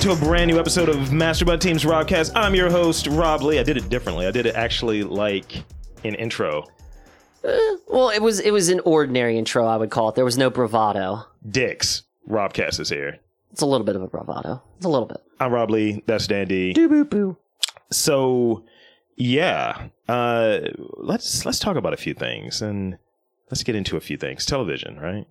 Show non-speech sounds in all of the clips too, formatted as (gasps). to a brand new episode of Master Butt Teams Robcast. I'm your host, Rob Lee. I did it differently. I did it actually like an intro. Eh, Well, it was it was an ordinary intro, I would call it. There was no bravado. Dicks. Robcast is here. It's a little bit of a bravado. It's a little bit. I'm Rob Lee. That's Dandy. Doo boo boo. So, yeah, uh, let's let's talk about a few things and let's get into a few things. Television, right?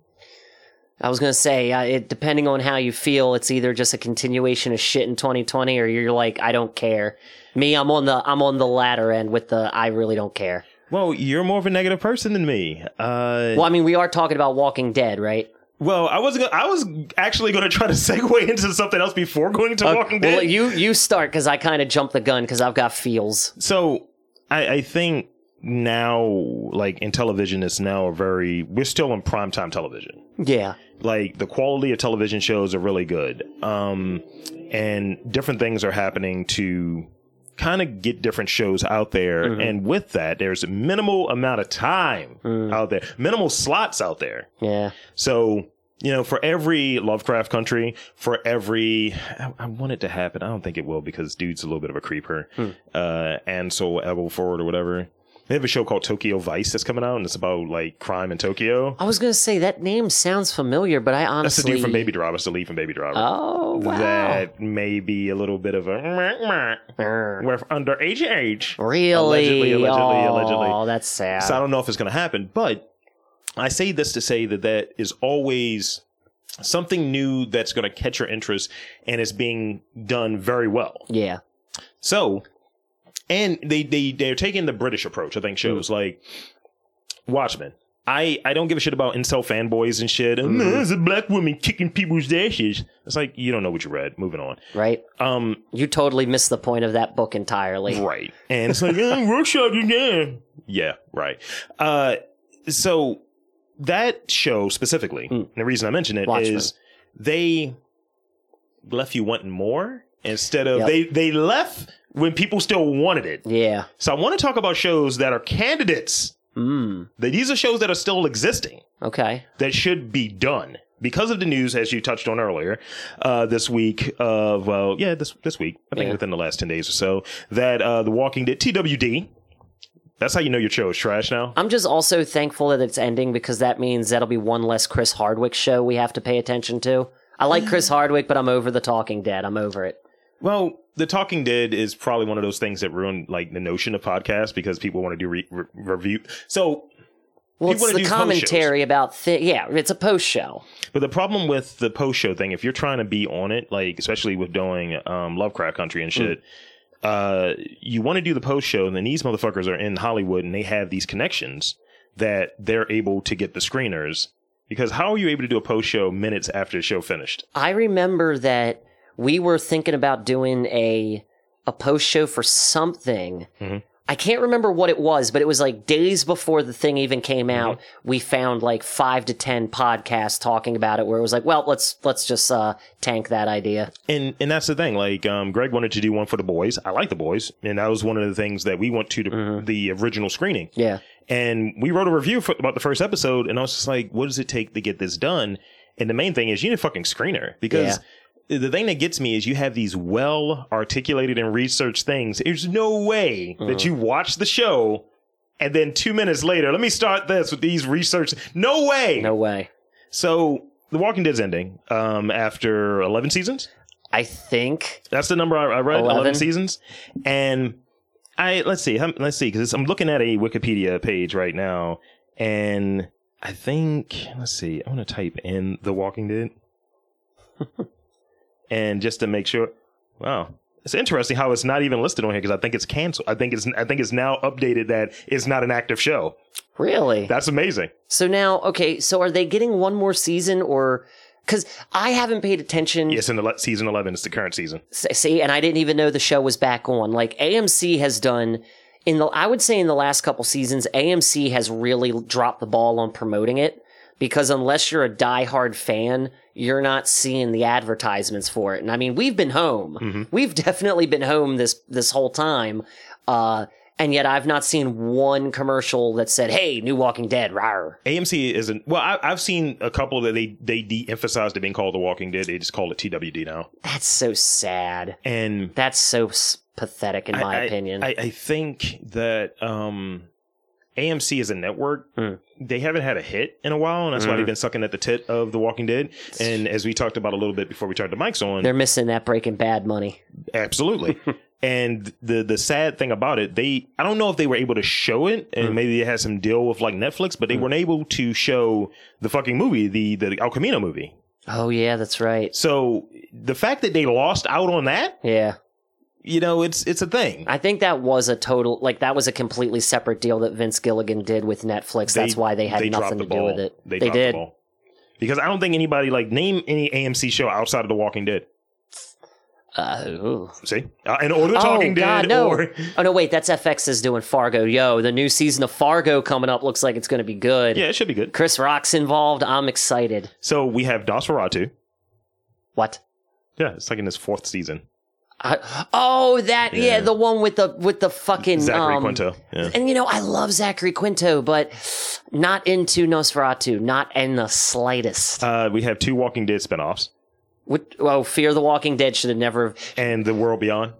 I was gonna say, uh, it, depending on how you feel, it's either just a continuation of shit in 2020, or you're like, I don't care. Me, I'm on the I'm on the latter end with the I really don't care. Well, you're more of a negative person than me. Uh, Well, I mean, we are talking about Walking Dead, right? well, I was gonna, I was actually going to try to segue (laughs) into something else before going to Walking Dead. Uh, Well, you you start because I kind of jumped the gun because I've got feels. So I, I think now, like in television, it's now a very we're still in primetime television. Yeah, Like the quality of television shows are really good, um, and different things are happening to kind of get different shows out there. And with that, there's minimal amount of time out there, minimal slots out there. yeah. So, you know, for every Lovecraft country, for every, I, I want it to happen. I don't think it will because dude's a little bit of a creeper. Hmm. Uh, and so Elbow Forward or whatever. They have a show called Tokyo Vice that's coming out and it's about like crime in Tokyo. I was gonna say that name sounds familiar, but I That's the honestly dude from Baby Driver. It's the lead from Baby Driver. Oh wow. That may be a little bit of a Err. we're under age age. Really? Allegedly, allegedly, oh, allegedly. that's sad. So I don't know if it's going to happen, but I say this to say that that is always something new that's going to catch your interest and is being done very well. yeah. So, and they they they're taking the British approach. I think shows like Watchmen. I, I don't give a shit about incel fanboys and shit. And there's a black woman kicking people's asses. It's like you don't know what you read. Moving on. Right. Um, You totally missed the point of that book entirely. Right. (laughs) And it's like, eh, workshop again. Yeah, right. Uh, so that show specifically, Mm. and the reason I mention it is Watchmen. they left you wanting more instead of Yep. they, they left when people still wanted it. Yeah. So I want to talk about shows that are candidates. Mm. That these are shows that are still existing Okay. that should be done because of the news, as you touched on earlier, uh, this week. Uh, well, yeah, this this week, I think Yeah. within the last ten days or so, that uh, the Walking Dead TWD. That's how you know your show is trash now. I'm just also thankful that it's ending because that means that'll be one less Chris Hardwick show we have to pay attention to. I (gasps) like Chris Hardwick, but I'm over the Talking Dead. I'm over it. Well, The Talking Dead is probably one of those things that ruined like the notion of podcasts because people want to do re- re- review. So, Well, wanna it's the do post shows. commentary about thi- yeah, it's a post show. but the problem with the post show thing, if you're trying to be on it, like especially with doing um, Lovecraft Country and shit. Uh, you want to do the post show, and then these motherfuckers are in Hollywood and they have these connections that they're able to get the screeners. Because how are you able to do a post show minutes after the show finished? I remember that we were thinking about doing a a post show for something. Mhm. I can't remember what it was, but it was like days before the thing even came out. We found like five to ten podcasts talking about it, where it was like, "Well, let's let's just uh, tank that idea." And and that's the thing. Like, um, Greg wanted to do one for the boys. I like the boys, and that was one of the things that we went to, to the original screening. Yeah, And we wrote a review for, about the first episode, and I was just like, what does it take to get this done? And the main thing is you need a fucking screener because the thing that gets me is you have these well articulated and researched things. There's no way that you watch the show and then two minutes later, let me start this with these research. No way. no way. So The Walking Dead's ending um, after 11 seasons. I think That's the number I, I read. 11. 11 seasons, and I let's see, hum- let's see, because I'm looking at a Wikipedia page right now, and I think let's see, I want to type in The Walking Dead, and just to make sure. Wow, it's interesting how it's not even listed on here because I think it's canceled. I think it's I think it's now updated that it's not an active show. really. That's amazing. So now, okay, so are they getting one more season or? Because I haven't paid attention. Yes, in the le- season 11, it's the current season. S- see and i didn't even know the show was back on like amc has done in the i would say in the last couple seasons amc has really dropped the ball on promoting it because unless you're a diehard fan you're not seeing the advertisements for Mm-hmm. it and i mean we've been home we've definitely been home this this whole time uh and yet I've not seen one commercial that said, "Hey, New Walking Dead." Rawr. AMC isn't. Well, I, I've seen a couple that they they de-emphasized it being called The Walking Dead. They just call it TWD now. That's so sad. And That's so s- pathetic, in my I- I- opinion. I, I think that um, AMC is a network. Mm. They haven't had a hit in a while, and that's why Mm. they've been sucking at the tit of The Walking Dead. And as we talked about a little bit before we turned the mics on, They're missing that Breaking Bad money. (laughs) absolutely. and the the sad thing about it, they I don't know if they were able to show it, and Mm. maybe they had some deal with like Netflix, but they Mm. weren't able to show the fucking movie, the the El Camino movie. Oh yeah, that's right. So the fact that they lost out on that, Yeah, you know, it's it's a thing. I think that was a total like that was a completely separate deal that Vince Gilligan did with Netflix. that's They- why they had dropped nothing the to do with it. They, dropped the did. ball. Because I don't think anybody like name any AMC show outside of The Walking Dead. Uh, ooh. See, uh, and or The Oh, Talking God, Dead, no. or (laughs) oh no, wait, that's FX is doing Fargo. Yo, the new season of Fargo coming up looks like it's going to be good. yeah, it should be good. Chris Rock's involved. I'm excited. So we have Nosferatu. What? Yeah, it's like in its fourth season. I, oh, that yeah. Yeah. the one with the with the fucking Zachary um, Quinto. Yeah. And you know, I love Zachary Quinto, but not into Nosferatu, not in the slightest. Uh, we have two Walking Dead spinoffs What, well, Fear the Walking Dead should have never. and The World Beyond.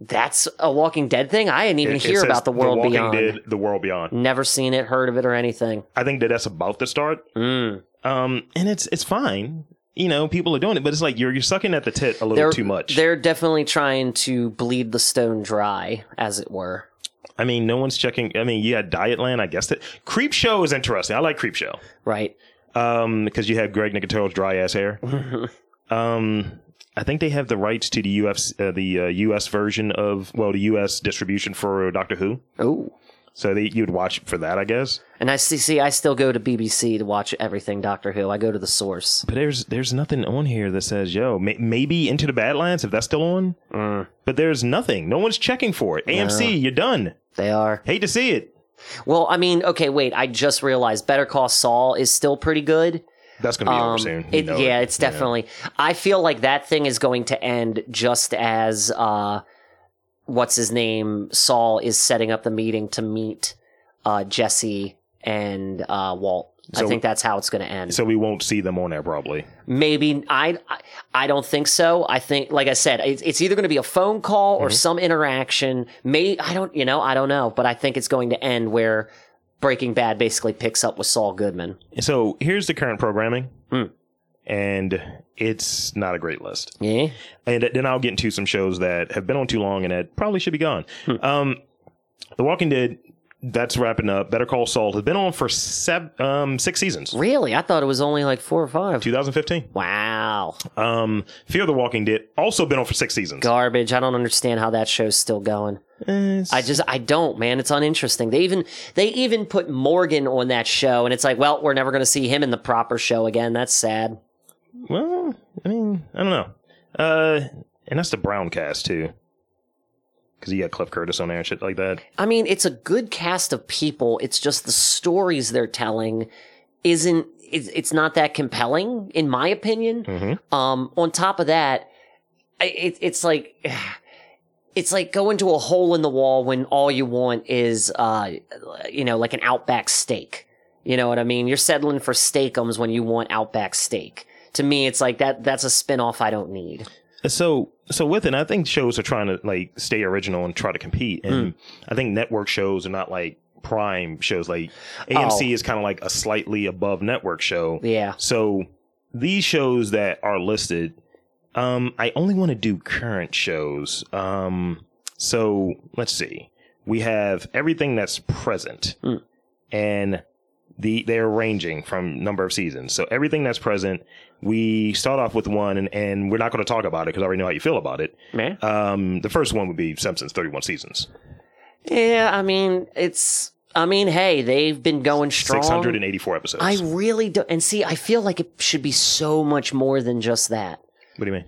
That's a Walking Dead thing. I didn't even It- it hear says about the world Walking beyond. Dead, the World Beyond. Never seen it, heard of it, or anything. I think that that's about to start. Mm. Um, and it's it's fine. You know, people are doing it, but it's like you're you're sucking at the tit a little They're too much. They're definitely trying to bleed the stone dry, as it were. I mean, no one's checking. I mean, you had Dietland. I guess that Creep Show is interesting. I like Creep Show Right. um, because you have Greg Nicotero's dry ass (laughs) hair. Um, I think they have the rights to the U.S. uh, the uh, U.S. version of well, the U.S. distribution for Doctor Who. oh. So they you'd watch for that, I guess. And I see, see, I still go to BBC to watch everything Doctor Who. I go to the source. But there's there's nothing on here that says yo may, maybe Into the Badlands if that's still on. Mm. But there's nothing. No one's checking for it. AMC, you're done. They are. Hate to see it. Well, I mean, okay, wait. I just realized Better Call Saul is still pretty good. That's gonna be over Um, soon. You it- know yeah, it's definitely. I feel like that thing is going to end just as uh, what's his name Saul is setting up the meeting to meet uh, Jesse and uh, Walt. I So- think that's how it's going to end. So we won't see them on there probably. Maybe I, I, I don't think so. I think, like I said, it's, it's either going to be a phone call Mm-hmm. or some interaction. May I don't, you know, I don't know, but I think it's going to end where Breaking Bad basically picks up with Saul Goodman. So here's the current programming, Hmm. and it's not a great list. Yeah, And then I'll get into some shows that have been on too long and that probably should be gone. Hmm. Um, the Walking Dead, that's wrapping up. Better Call Saul has been on for sev- um, six seasons. really? I thought it was only like four or five. 2015. Wow. Um, Fear the Walking Dead also been on for six seasons. Garbage. I don't understand how that show's still going. Eh, I just I don't, man. It's uninteresting. They even they even put Morgan on that show and it's like, well, we're never going to see him in the proper show again. That's sad. Well, I mean, I don't know. Uh, and that's the Brown cast too, because you got Cliff Curtis on there and shit like that. I mean, it's a good cast of people. It's just the stories they're telling isn't it's it's not that compelling in my opinion. Mhm. Um on top of that, I- it, it's like it's like going to a hole in the wall when all you want is uh you know like an outback steak you know what i mean you're settling for steakums when you want outback steak to me it's like that that's a spin-off i don't need So, so with it, I think shows are trying to like stay original and try to compete. And I think network shows are not like prime shows. Like AMC is kind of like a slightly above network show. yeah So these shows that are listed, um, I only want to do current shows. Um, so let's see. We have everything that's present, Hmm. and the they're ranging from number of seasons. So everything that's present, we start off with one, and, and we're not going to talk about it because I already know how you feel about it. man Um, the first one would be Simpsons, thirty-one seasons, yeah i mean it's i mean hey they've been going strong six hundred and eighty-four episodes. i really don't and see i feel like it should be so much more than just that what do you mean?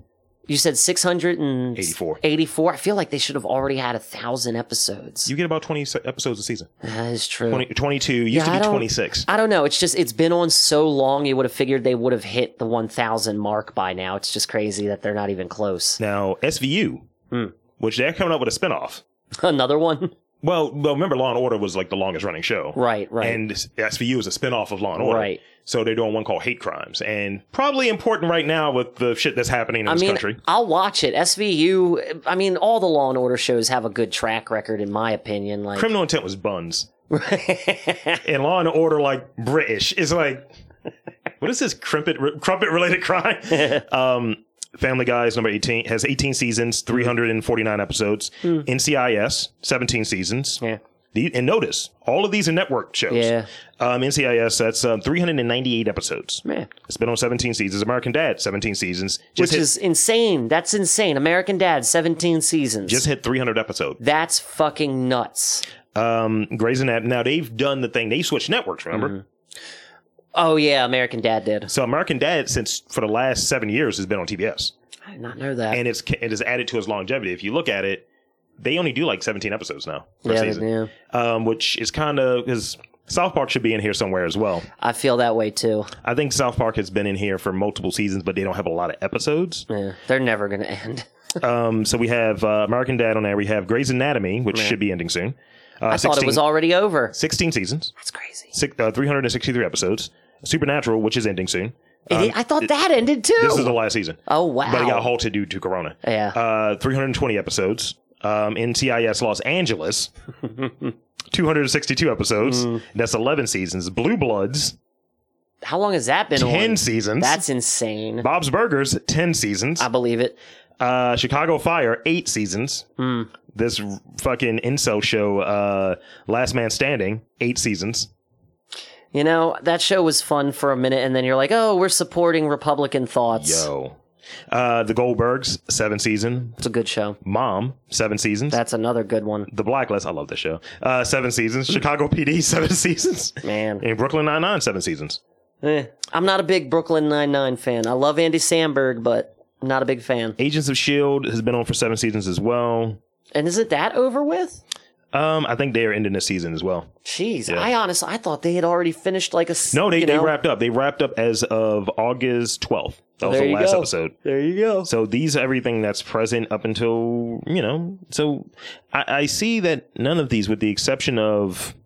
you said 684 84. 84 i feel like they should have already had a thousand episodes You get about twenty se- episodes a season. that is true 20, 22 used Yeah, I to be don't- twenty-six. I don't know. It's just it's been on so long. You would have figured they would have hit the one thousand mark by now. It's just crazy that they're not even close. Now, SVU, Hmm. which they're coming up with a spinoff, (laughs) Another one. Well, well, remember Law and Order was like the longest running show. Right, right. And SVU is a spinoff of Law and Order. Right. So they're doing one called Hate Crimes, and probably important right now with the shit that's happening in I this mean, country. I'll watch it. SVU. I mean, all the Law and Order shows have a good track record, in my opinion. Like, Criminal Intent was buns, and Law and Order like British is like, what is this crumpet crumpet related (laughs) crime? um, Family Guy is number eighteen, has eighteen seasons, three hundred and forty nine episodes. Hmm. NCIS seventeen seasons. (laughs) yeah, The, and notice all of these are network shows. yeah, Um, NCIS that's um, three hundred and ninety eight episodes. man, It's been on 17 seasons. American Dad, 17 seasons. Just which hit, is insane. That's insane. American Dad, seventeen seasons. just hit 300 episode. That's fucking nuts. Um, Grey's Anatomy. Now they've done the thing. They switched networks. Remember? Mm-hmm. Oh yeah, American Dad did. So American Dad, since for the last seven years, has been on TBS, I did not know that. and it's it is added to its longevity. If you look at it, they only do like 17 episodes now per yeah, season, yeah, um, which is kind of because South Park should be in here somewhere as well. I feel that way too. I think South Park has been in here for multiple seasons, but they don't have a lot of episodes. Yeah, they're never gonna end. Um, so we have uh, American Dad on there. We have Grey's Anatomy, which should be ending soon. Uh, I thought it was already over. 16 seasons. That's crazy. six, uh, 363 episodes. Supernatural, which is ending soon. It- Um, I thought that ended too. this is the last season, oh wow. but it got halted due to Corona. Yeah. Uh, 320 episodes. Um, NCIS Los (laughs) Angeles, 262 episodes. Mm. That's 11 seasons. Blue Bloods, How long has that been 10 on? seasons. That's insane. Bob's Burgers, 10 seasons. I believe it. Uh, Chicago Fire, 8 seasons. Hmm. This r- fucking incel show, uh, Last Man Standing, 8 seasons. You know, that show was fun for a minute, and then you're like, oh, we're supporting Republican thoughts. Yo. Uh, the Goldbergs, 7 season. It's a good show. Mom, seven seasons. That's another good one. the Blacklist, I love this show. Uh, seven seasons. Chicago (laughs) PD, seven seasons. Man. And Brooklyn Nine Nine, seven seasons. Eh. I'm not a big Brooklyn Nine-Nine fan. I love Andy Samberg, but I'm not a big fan. Agents of Shield E has been on for seven seasons as well. And is it that over with? Um, I think they are ending this season as well. Jeez, I honestly, I thought they had already finished like a. s- No, they, you they know? wrapped up. They wrapped up as of August twelfth. That was There the you last go. episode. There you go. So these are everything that's present up until you know. So I, I see that none of these, with the exception of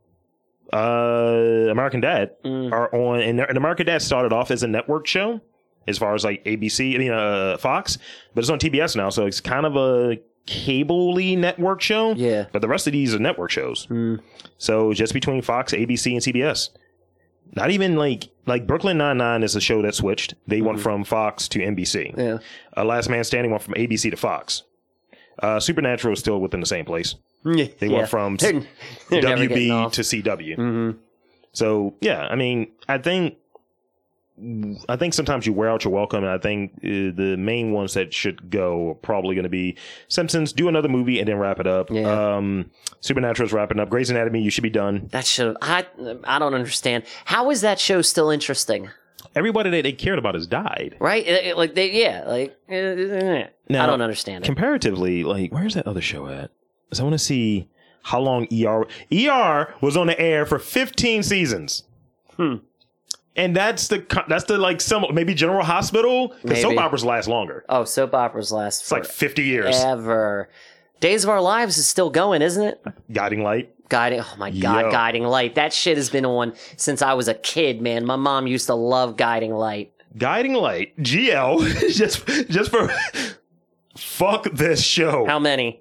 uh, American Dad, are on. And, and American Dad started off as a network show, as far as like ABC, I mean uh, Fox, but it's on TBS now, so it's kind of a cable-y network show. Yeah. Mm, But the rest of these are network shows. So just between Fox, ABC, and CBS. Not even like like Brooklyn Nine Nine is a show that switched. They went from Fox to NBC. Yeah. Uh, Last Man Standing went from ABC to Fox. Uh, Supernatural is still within the same place. They They went from (laughs) They're, they're never getting WB off. Mm. Mm-hmm. to CW. So yeah, I mean, I think I think sometimes you wear out your welcome, and I think uh, the main ones that should go are probably going to be Simpsons. Do another movie and then wrap it up. Yeah. Um, Supernatural's wrapping up. Grey's Anatomy, you should be done. That should have. I I don't understand. How is that show still interesting? Everybody that they cared about has died. Right? It- it- like they yeah. Like eh, eh, eh. Now- I don't understand it. Comparatively, like where's that other show at? Because I want to see how long ER ER was on the air for 15 seasons. Hmm. And that's the co- that's the like some maybe General Hospital because soap Maybe. operas last longer. Oh, soap operas last It's like 50 years. forever. Days of Our Lives is still going, isn't it? Guiding Light. Guiding. Oh my god, Yo. Guiding Light. That shit has been on since I was a kid, man. My mom used to love Guiding Light. Guiding Light. GL. (laughs) just just for (laughs) fuck this show. How many?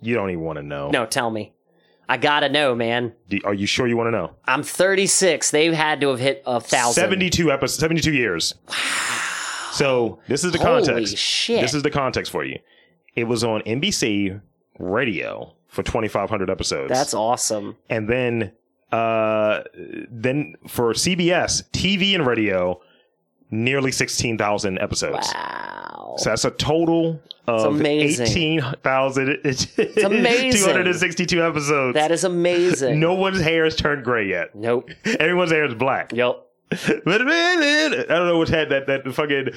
you don't even want to know. No, tell me. I gotta know, man. Do- are you sure you want to know? I'm 36. They had to have hit a thousand. 72 episodes, 72 years. Wow. So, this is the Holy context. shit. This is the context for you. It was on NBC radio for 2500 episodes. That's awesome. and then uh then for CBS TV and radio nearly 16,000 episodes. Wow. So that's a total of amazing. (laughs) 18,262 episodes. That is amazing. no one's hair has turned gray yet. Nope. Everyone's hair is black. Yep. But I don't know which had that that fucking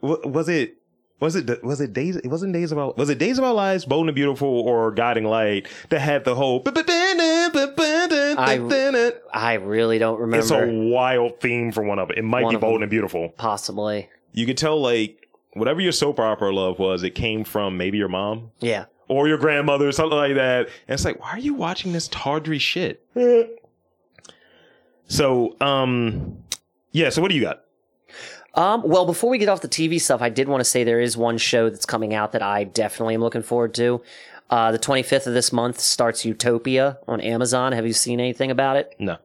wa- was it was it was it days it wasn't days of our was it days of our lives bold and beautiful or guiding light that had the whole it's I really don't remember. a wild theme for one of it. It might One be of them. bold and beautiful. Possibly. You could tell like whatever your soap opera love was, it came from maybe your mom Yeah. or your grandmother or something like that. And it's like, why are you watching this tawdry shit? (laughs) so, um, yeah. So what do you got? Um, well, before we get off the TV stuff, I did want to say there is one show that's coming out that I definitely am looking forward to. Uh, the 25th of this month starts Utopia on Amazon. Have you seen anything about it? No.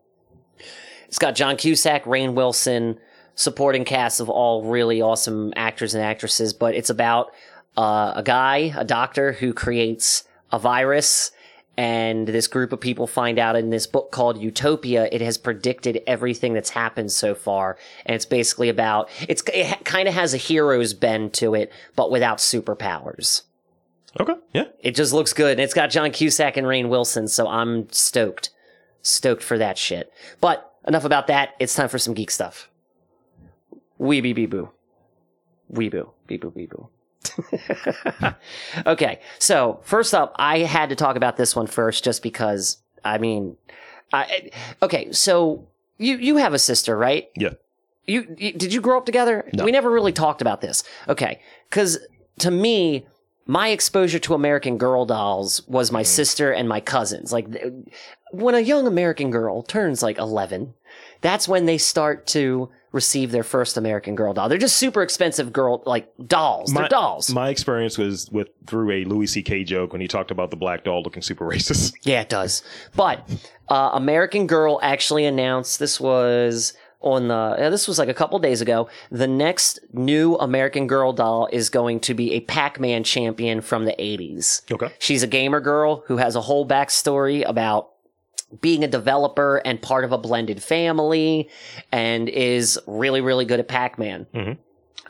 It's got John Cusack, Rain Wilson, supporting cast of all really awesome actors and actresses, but it's about uh, a guy, a doctor, who creates a virus. And this group of people find out in this book called Utopia, it has predicted everything that's happened so far. And it's basically about, it's, it ha- kind of has a hero's bend to it, but without superpowers. Okay. Yeah. It just looks good. And it's got John Cusack and Rain Wilson, so I'm stoked. Stoked for that shit. But enough about that. It's time for some geek stuff. Weeby bee boo. Weeboo. Bee boo bee boo. (laughs) okay. So, first up, I had to talk about this one first just because, I mean, I, okay. So, you, you have a sister, right? Yeah. You, you did you grow up together? No. We never really talked about this. Okay. Cause to me, my exposure to American Girl dolls was Mm. my sister and my cousins. Like th- when a young American girl turns like 11, that's when they start to receive their first American Girl doll. They're just super expensive girl like dolls. My, They're dolls. My experience was with through a Louis C.K. joke when he talked about the black doll looking super racist. (laughs) yeah, it does. But uh, American Girl actually announced this was on the yeah, this was like a couple days ago. The next new American Girl doll is going to be a Pac-Man champion from the 80s. Okay. She's a gamer girl who has a whole backstory about being a developer and part of a blended family and is really, really good at Pac Man. Mhm.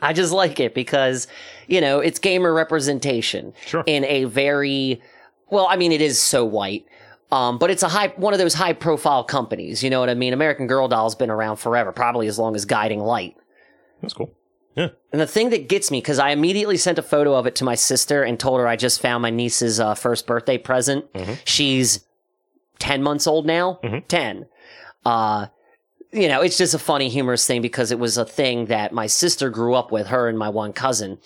I just like it because, you know, it's gamer representation Sure. in a very, well, I mean, it is so white. Um, but it's a high one of those high profile companies, you know what I mean? American Girl Doll's been around forever, probably as long as Guiding Light. That's cool. And the thing that gets me, because I immediately sent a photo of it to my sister and told her I just found my niece's uh, first birthday present. Mhm. She's 10 months old now. Mhm. 10. Uh, you know, it's just a funny, humorous thing because it was a thing that my sister grew up with, her and my one cousin.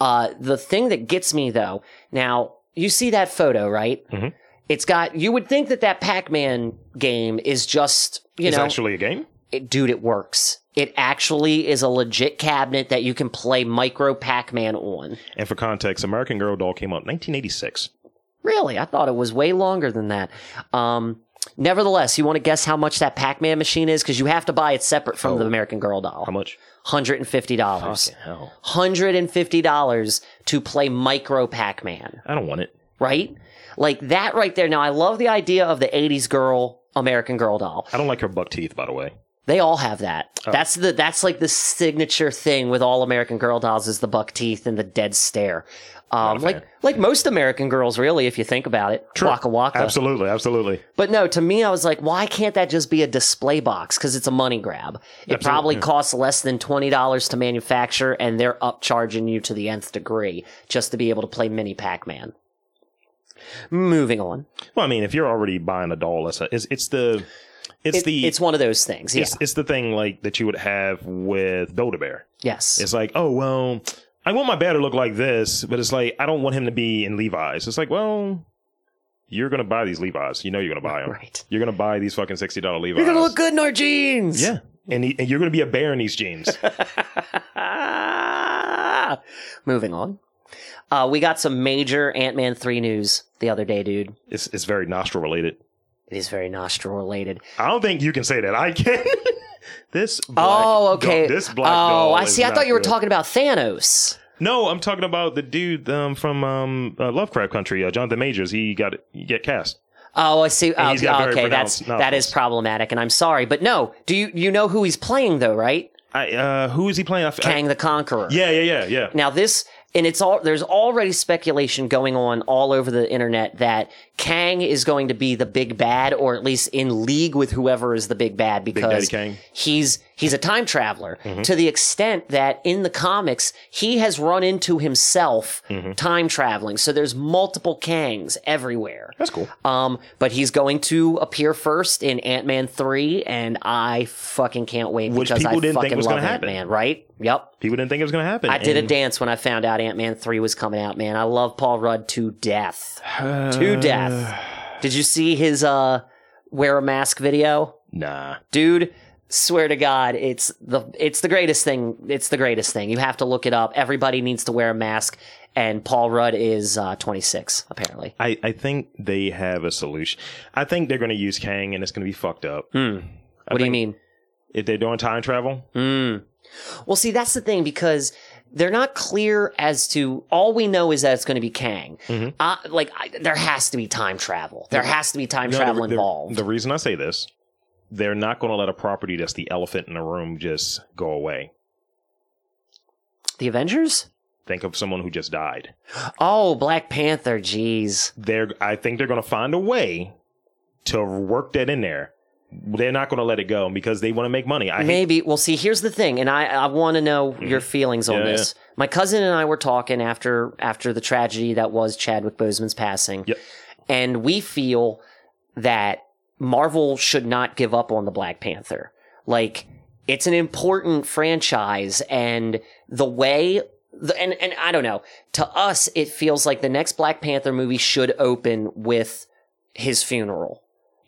Uh, the thing that gets me, though, now you see that photo, right? Mhm. It's got, you would think that that Pac Man game is just, you it's know, actually a game. it, dude, it works. It actually is a legit cabinet that you can play Micro Pac Man on. And for context, American Girl doll came out in 1986. Really, I thought it was way longer than that. Um, nevertheless, you want to guess how much that Pac Man machine is? Because you have to buy it separate from the Oh. American Girl How doll. much? $150. Fucking hell. $150 to play Micro Pac Man. I don't want it. right? Like that right there. Now, I love the idea of the 80s girl, American Girl doll. I don't like her buck teeth, by the way. They all have that. Oh. That's the that's like the signature thing with all American Girl dolls is the buck teeth and the dead stare. Um, a like fan. like most American girls, really, if you think about it, waka waka. Absolutely, absolutely. But no, to me, I was like, why can't that just be a display box? Because it's a money grab. It probably costs less than twenty dollars to manufacture, and they're upcharging you to the nth degree just to be able to play Mini Pac Man. Moving on, Well, I mean, if you're already buying a doll, that's a, it's, it's the it's It- the it's one of those things. Yeah. it's, it's the thing like that you would have with Build a Bear. Yes. It's like, oh well, I want my bear to look like this, but it's like I don't want him to be in Levi's. It's like, well, you're gonna buy these Levi's. You know you're gonna buy them. right. You're gonna buy these fucking sixty dollar Levi's. You're gonna look good in our jeans. yeah, and, he, and you're gonna be a bear in these (laughs) jeans. (laughs) Moving on. Uh, we got some major Ant Man 3 news the other day, dude. it's it's very nostril related. It is very nostril related. I don't think you can say that. I can. (laughs) this black oh, okay. doll- this black oh, doll I is see. I not thought you were good. talking about Thanos. No, I'm talking about the dude um, from um, uh, Lovecraft Country, uh, Jonathan Majors. He got he get cast. Oh, I see. And Oh, he's got very okay, that's pronounced that is nostrils. problematic, and I'm sorry, but no. Do you you know who he's playing though, right? I uh, who is he playing? I f- I- Kang the Conqueror. yeah, yeah, yeah, yeah. Now this and it's all there's already speculation going on all over the internet that Kang is going to be the big bad or at least in league with whoever is the big bad Daddy because Kang. Mm-hmm. he's he's a time traveler to the extent that in the comics he has run into himself Mm-hmm. time traveling. So there's multiple Kangs everywhere. That's cool. Um, but he's going to appear first in Ant Man three, and I fucking can't wait Which because I people didn't think fucking was love gonna happen. Ant Man, right? Yep. People didn't think it was going to happen. I did a and- dance when I found out Ant Man 3 was coming out, man. I love Paul Rudd to death. (sighs) to death. Did you see his uh wear a mask video? Nah. Dude, swear to God, it's the it's the greatest thing. It's the greatest thing. You have to look it up. Everybody needs to wear a mask. And Paul Rudd is uh, 26, apparently. I, I think they have a solution. I think they're going to use Kang and it's going to be fucked up. Hmm. I What do you think mean? If they're doing time travel, Mm. Well, see, that's the thing because they're not clear as to all we know is that it's going to be Kang. Mhm. Uh, like, I, there has to be time travel. There has to be time No, the- travel the, involved. The reason I say this, they're not going to let a property that's the elephant in the room just go away. the Avengers? Think of someone who just died. Oh, Black Panther. Jeez. They're I think they're going to find a way to work that in there. They're not going to let it go because they want to make money. I hate, Mm-hmm. Maybe. Well, see, here's the thing, and I, I want to know your feelings on Yeah, this. My cousin and I were talking after after the tragedy that was Chadwick Boseman's passing, Yep. and we feel that Marvel should not give up on the Black Panther. Like it's an important franchise, and the way. The, and and I don't know. To us, it feels like the next Black Panther movie should open with his funeral.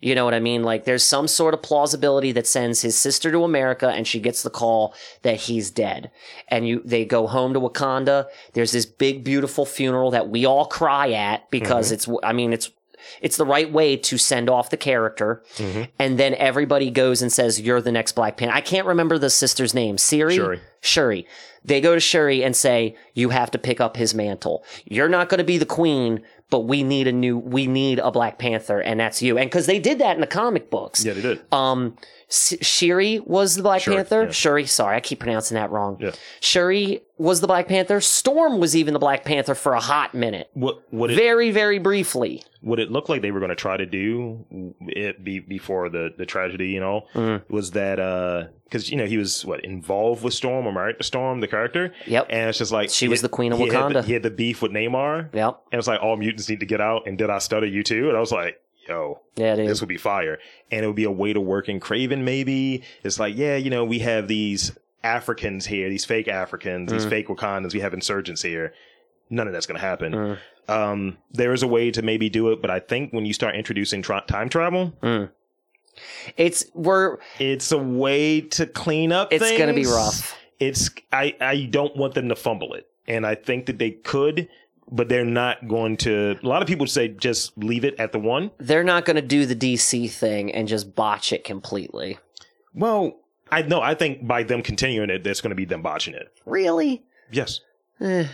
You know what I mean? Like there's some sort of plausibility that sends his sister to America and she gets the call that he's dead. And you they go home to Wakanda. There's this big beautiful funeral that we all cry at because it's I mean it's it's the right way to send off the character. Mhm. And then everybody goes and says you're the next Black Panther. I can't remember the sister's name. Siri? Shuri. Shuri. They go to Shuri and say, You have to pick up his mantle. You're not going to be the queen, but we need a new, we need a Black Panther, and that's you. And because they did that in the comic books. Yeah, they did. Um, S- Shuri was the Black Shuri, Panther. yeah. Shuri, sorry, I keep pronouncing that wrong. Yeah. Shuri was the Black Panther. Storm was even the Black Panther for a hot minute. What what it, Very, very briefly. what it looked like they were going to try to do it be, before the, the tragedy and all Mm-hmm. was that because you know he was what involved with Storm or married to Storm the character Yep. and it's just like She he was had- the queen of he had the- Wakanda. he had the beef with Neymar Yep. and it's like all mutants need to get out and did I stutter you too and I was like yo Yeah, dude. this would be fire and it would be a way to work in Craven maybe it's like yeah you know we have these Africans here these fake Africans Mm. these fake Wakandans we have insurgents here none of that's going to happen Mm. um, there is a way to maybe do it, but I think when you start introducing tra- time travel, It's we're it's a way to clean up. it's gonna be things. rough. It's I I don't want them to fumble it, and I think that they could, but they're not going to. A lot of people say just leave it at the one. They're not gonna do the DC thing and just botch it completely. Well, I know. I think by them continuing it, that's going to be them botching it. Really? Yes, Eh.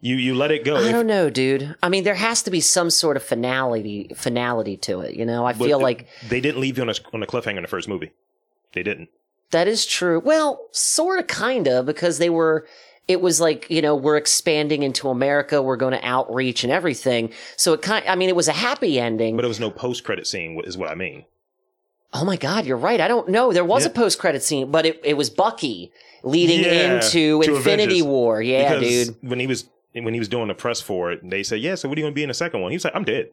you you let it go. I If- don't know, dude. I mean, there has to be some sort of finality finality to it. You know, I but feel th- like they didn't leave you on a on a cliffhanger in the first movie. They didn't. that is true. Well, sort of, kind of, because they were. It was like you know we're expanding into America. We're going to outreach and everything. So it kind. I mean, it was a happy ending. But it was no post credit scene, is what I mean. oh my God, you're right. I don't know. There was Yeah. a post credit scene, but it it was Bucky leading Yeah, into to Infinity Avengers. War. Yeah, because dude. When he was when he was doing the press for it, they said, "Yeah, so what are you going to be in the second one?" He's like, "I'm dead."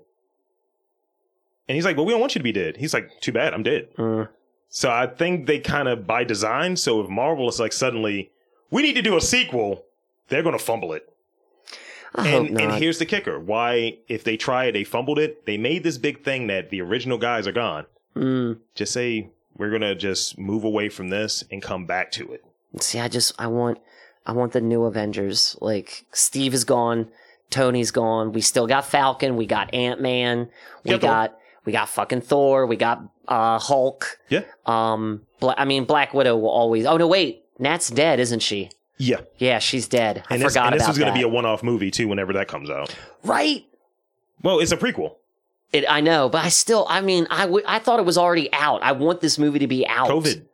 And he's like, "Well, we don't want you to be dead." He's like, "Too bad, I'm dead." Mm. So I think they kind of by design. So if Marvel is like suddenly, we need to do a sequel, they're going to fumble it. I hope And not. and here's the kicker: why if they try it, they fumbled it. They made this big thing that the original guys are gone. Mm. Just say we're going to just move away from this and come back to it. See, I just I want I want the new Avengers. Like Steve is gone, Tony's gone. We still got Falcon. We got Ant Man. We Yeah, Thor. got we got fucking Thor. We got uh Hulk. Yeah. Um. Bla- I mean, Black Widow will always. Oh no, wait. Nat's dead, isn't she? Yeah, Yeah, she's dead. I and this, forgot and this about is going to that. be a one-off movie too. Whenever that comes out, right. well, it's a prequel. It, I know, but I still. I mean, I w- I thought it was already out. I want this movie to be out. COVID.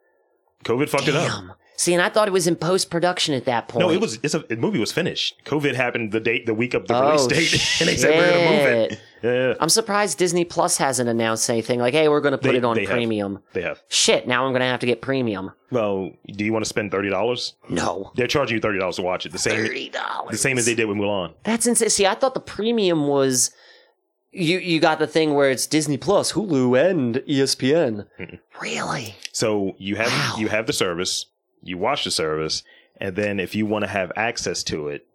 COVID fucked it up. Damn. See, and I thought it was in post production at that point. No, it was. It's a the movie was finished. COVID happened the date, the week of the Oh, release date, (laughs) and they said we're gonna move shit. it. Yeah, I'm surprised Disney Plus hasn't announced anything like, hey, we're going to put They- it on they have. premium. they have. Shit, now I'm going to have to get premium. Well, do you want to spend thirty dollars? No. They're charging you thirty dollars to watch it. The same, $30. the same as they did with Mulan. That's insane. See, I thought the premium was. You, you got the thing where it's Disney Plus, Hulu, and E ESPN. Really? So you have Wow. you have the service, you watch the service, And then if you want to have access to it,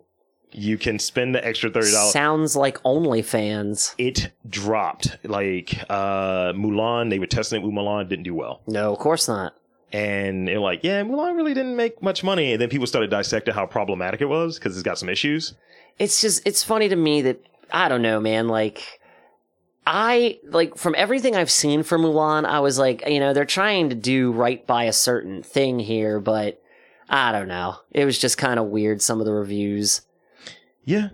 you can spend the extra thirty dollars. Sounds like OnlyFans. it dropped like uh Mulan. They were testing it with Mulan, didn't do well, No, of course not. and they're like, "Yeah, Mulan really didn't make much money." And then people started dissecting how problematic it was because it's got some issues. It's just it's funny to me that I don't know, man. Like I like from everything I've seen from Mulan, I was like, you know, they're trying to do right by a certain thing here, but I don't know. It was just kind of weird. Some of the reviews. Yeah,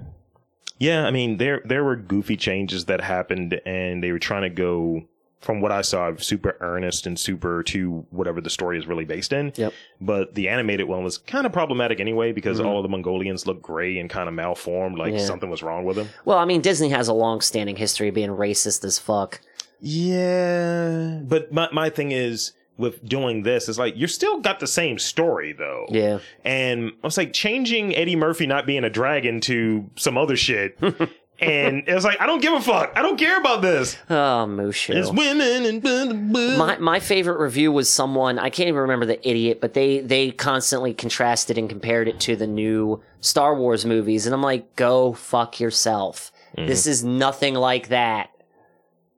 yeah. I mean, there there were goofy changes that happened, and they were trying to go from what I saw super earnest and super to whatever the story is really based in. Yep. But the animated one was kind of problematic anyway because Mhm. all of the Mongolians looked gray and kind of malformed, like Yeah. something was wrong with them. Well, I mean, Disney has a long-standing history of being racist as fuck. Yeah, but my my thing is with doing this is like you're still got the same story though. Yeah, And I was like changing Eddie Murphy not being a dragon to some other shit. (laughs) and it was like I don't give a fuck. I don't care about this. oh, Mushu. It's women and blah, blah, blah. My my favorite review was someone I can't even remember the idiot, but they they constantly contrasted and compared it to the new Star Wars movies, and I'm like, go fuck yourself. This is nothing like that.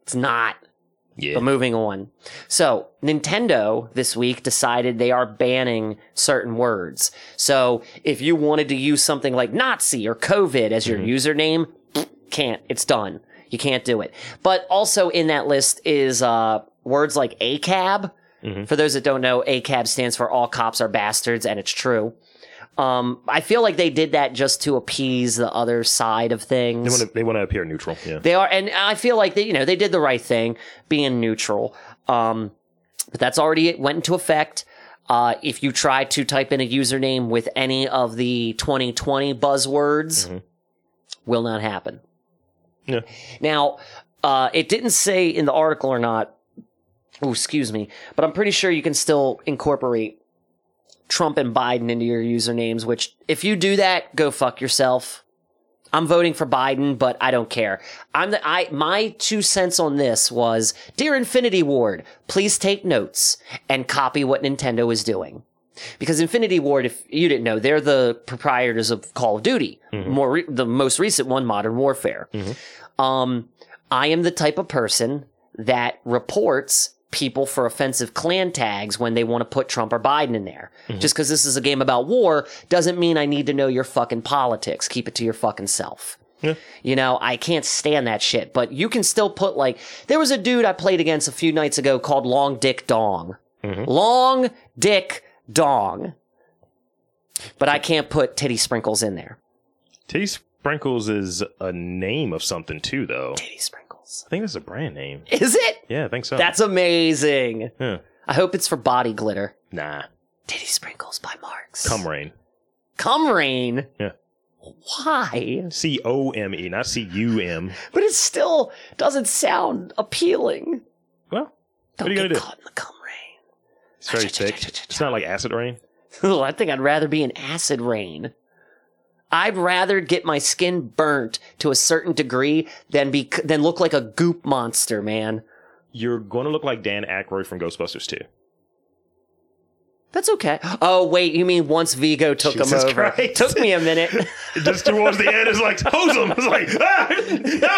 It's not. yeah. But moving on. So, Nintendo this week decided they are banning certain words. So, if you wanted to use something like Nazi or COVID as your Mm-hmm. username, can't. It's done. You can't do it. But also in that list is uh, words like ACAB. Mm-hmm. For those that don't know, ACAB stands for All Cops Are Bastards, and it's true. Um, I feel like they did that just to appease the other side of things. They want to they want to appear neutral. Yeah. They are, and I feel like they, you know, they did the right thing being neutral. Um, but that's already it went into effect. Uh, if you try to type in a username with any of the 2020 buzzwords, will not happen. Yeah. Now, uh, it didn't say in the article or not. Oh, excuse me, but I'm pretty sure you can still incorporate Trump and Biden into your usernames. Which, if you do that, go fuck yourself. I'm voting for Biden, but I don't care. I'm the I my two cents on this was Dear Infinity Ward, please take notes and copy what Nintendo is doing. Because Infinity Ward, if you didn't know, they're the proprietors of Call of Duty, more re- the most recent one, Modern Warfare. Um, I am the type of person that reports people for offensive clan tags when they want to put Trump or Biden in there. Just because this is a game about war doesn't mean I need to know your fucking politics. Keep it to your fucking self. Yeah. You know, I can't stand that shit, but you can still put like, there was a dude I played against a few nights ago called Long Dick Dong. Long Dick Dong. But I can't put titty sprinkles in there. Titty Sprinkles is a name of something too, though. Titty sprinkles. I think that's a brand name. Is it? Yeah, I think so. That's amazing. yeah. I hope it's for body glitter. nah. Titty sprinkles by Marks. Cum rain. Cum rain. Yeah. Why? C O M E, not C U M. But it still doesn't sound appealing. Well, Don't What are you get gonna do? caught in the cum rain. (laughs) it's very thick. It's not like acid rain. Ugh, I think I'd rather be in acid rain. I'd rather get my skin burnt to a certain degree than be than look like a goop monster, man. You're going to look like Dan Aykroyd from Ghostbusters too. That's okay. Oh wait, you mean once Vigo took Jesus him over? Christ. Took me a minute. (laughs) Just towards the end, it's like, hose him. It's like, ah,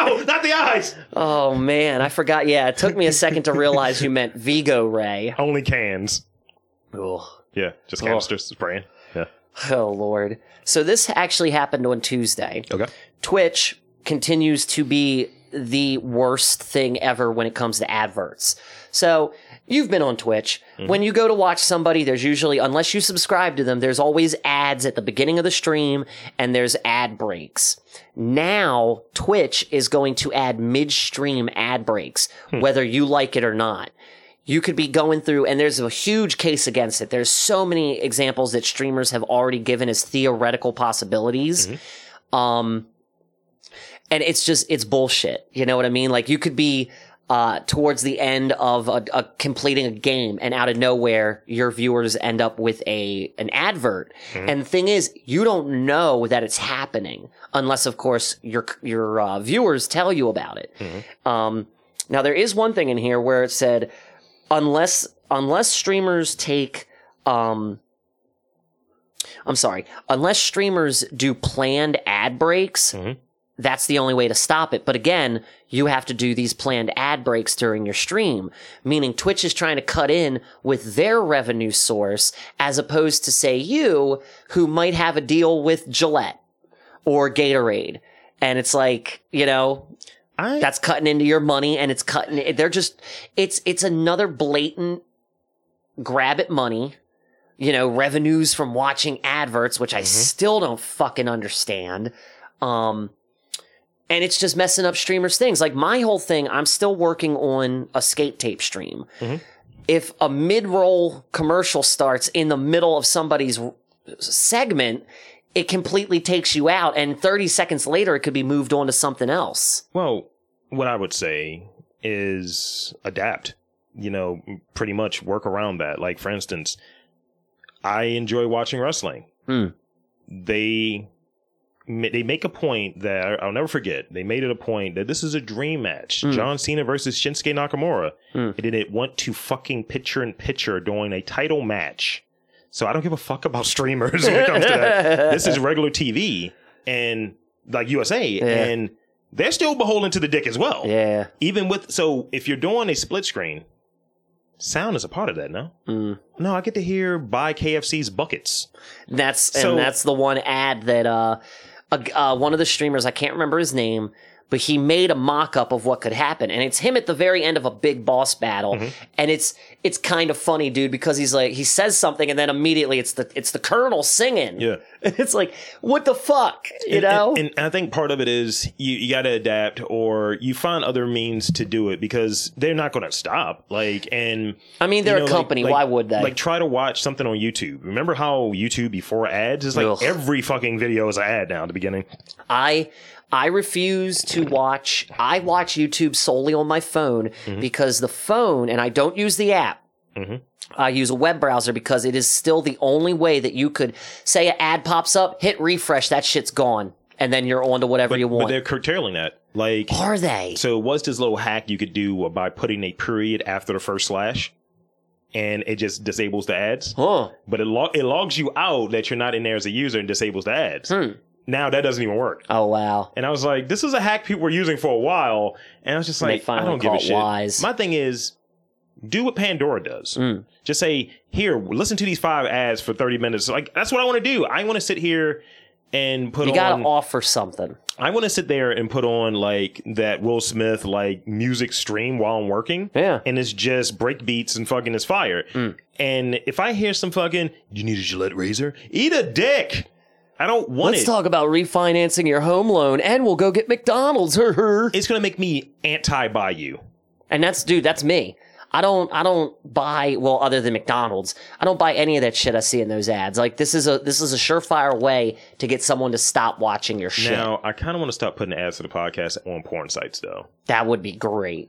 no, not the eyes. Oh man, I forgot. Yeah, it took me a second to realize you meant Vigo Ray. Only cans. Oh. Yeah, just hamsters spraying. Yeah. Oh lord. So this actually happened on Tuesday. Okay. Twitch continues to be the worst thing ever when it comes to adverts. So you've been on Twitch. When you go to watch somebody, there's usually, unless you subscribe to them, there's always ads at the beginning of the stream and there's ad breaks. Now Twitch is going to add midstream ad breaks, whether you like it or not you could be going through and there's a huge case against it there's so many examples that streamers have already given as theoretical possibilities um and it's just it's bullshit you know what i mean like you could be uh towards the end of a, a completing a game and out of nowhere your viewers end up with a an advert and the thing is you don't know that it's happening unless of course your your uh, viewers tell you about it um now there is one thing in here where it said unless unless streamers take um I'm sorry, unless streamers do planned ad breaks, Mhm. that's the only way to stop it. But again, you have to do these planned ad breaks during your stream, meaning Twitch is trying to cut in with their revenue source as opposed to, say, you who might have a deal with Gillette or Gatorade. And it's like, you know, I that's cutting into your money and it's cutting it- they're just it's it's another blatant grab at money you know revenues from watching adverts which i Mhm. still don't fucking understand um and it's just messing up streamers things like my whole thing i'm still working on a skate tape stream Mhm. if a mid-roll commercial starts in the middle of somebody's r- segment it completely takes you out and 30 seconds later it could be moved on to something else Well, what I would say is adapt. You know, pretty much work around that. Like, for instance, I enjoy watching wrestling. Hmm. They ma- they make a point that I'll never forget. They made it a point that this is a dream match: Hmm. John Cena versus Shinsuke Nakamura. Hmm. They didn't want to fucking picture in picture during a title match. So I don't give a fuck about streamers when it comes to that (laughs) this is regular TV and like USA, Yeah. and they're still beholden to the dick as well. yeah. Even with so, if you're doing a split screen, sound is a part of that. No, Mm. no, I get to hear buy KFC's buckets. That's So- and that's the one ad that uh, a g uh, one of the streamers I can't remember his name, but he made a mock up of what could happen, and it's him at the very end of a big boss battle, Mm-hmm. and it's it's kind of funny, dude, because he's like he says something, and then immediately it's the it's the Colonel singing. (laughs) it's like what the fuck, you And- know? and, and I think part of it is you, you got to adapt, or you find other means to do it because they're not going to stop. Like, and I mean, they're you know, a like- company. like- Why would they? Like, try to watch something on YouTube. Remember how YouTube before ads is like Ugh. every fucking video is an ad now at the beginning. I I refuse to watch I watch YouTube solely on my phone Mm-hmm. because the phone and I don't use the app. Mhm. I use a web browser because it is still the only way that you could say an ad pops up, hit refresh, that shit's gone, and then you're on to whatever you But want. they're curtailing that. Like, Are they? So it was this little hack you could do by putting a period after the first slash, and it just disables the ads. Huh. But it log it logs you out that you're not in there as a user and disables the ads. Hmm. Now that doesn't even work. Oh wow. And I was like, this is a hack people were using for a while, and I was just And they like, I finally don't give a caught shit. wise. My thing is, do what Pandora does. Mm. Just say, here, listen to these five ads for thirty minutes. Like that's what I want to do. I want to sit here and put You on. gotta offer something. I want to sit there and put on like that Will Smith like music stream while I'm working. Yeah. And it's just break beats and fucking is fire. Mm. And if I hear some fucking, you need a Gillette razor, eat a dick. I don't want Let's it. talk about refinancing your home loan and we'll go get McDonald's. (laughs) Her her. it's going to make me anti buy you. And that's dude, that's me. I don't I don't buy well other than McDonald's. I don't buy any of that shit I see in those ads. Like this is a this is a surefire way to get someone to stop watching your shit. Now, I kind of want to stop putting ads for the podcast on porn sites though. that would be great.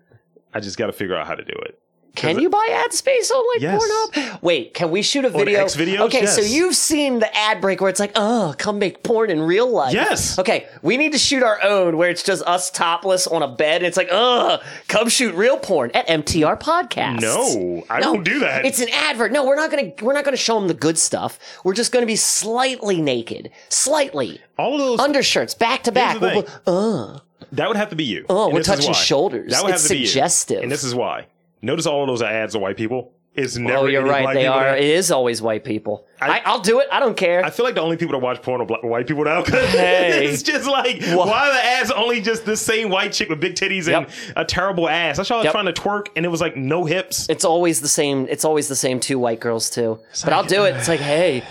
I just got to figure out how to do it. Can it- you buy ad space on like Yes. Pornhub? Wait, can we shoot a video? Xvideos? Okay, so Yes. you've seen the ad break where it's like, oh, come make porn in real life. Yes. Okay, we need to shoot our own where it's just us topless on a bed. And it's like, oh, come shoot real porn at MTR Podcast. No, I No, don't do that. It's an advert. No, we're not gonna we're not gonna show them the good stuff. We're just gonna be slightly naked, slightly All of those, Oh, undershirts, back to the back. We'll be- Uh, that would have to be you. oh, And we're this is touching why. shoulders. That would it's have to be you. suggestive. And this is why. Notice all of those ads are white people. It's never. oh, you're any right. black They people are. that- It is always white people. I- I, I, will do it. I don't care. I feel like the only people that watch porn are black, white people now. (laughs) 'cause Hey. it's just like why are the ads only just this same white chick with big titties Yep. and a terrible ass? I saw her Yep. trying to twerk and it was like no hips. it's always the same. It's always the same two white girls too. But I'll like- do it. (sighs) It's like, hey,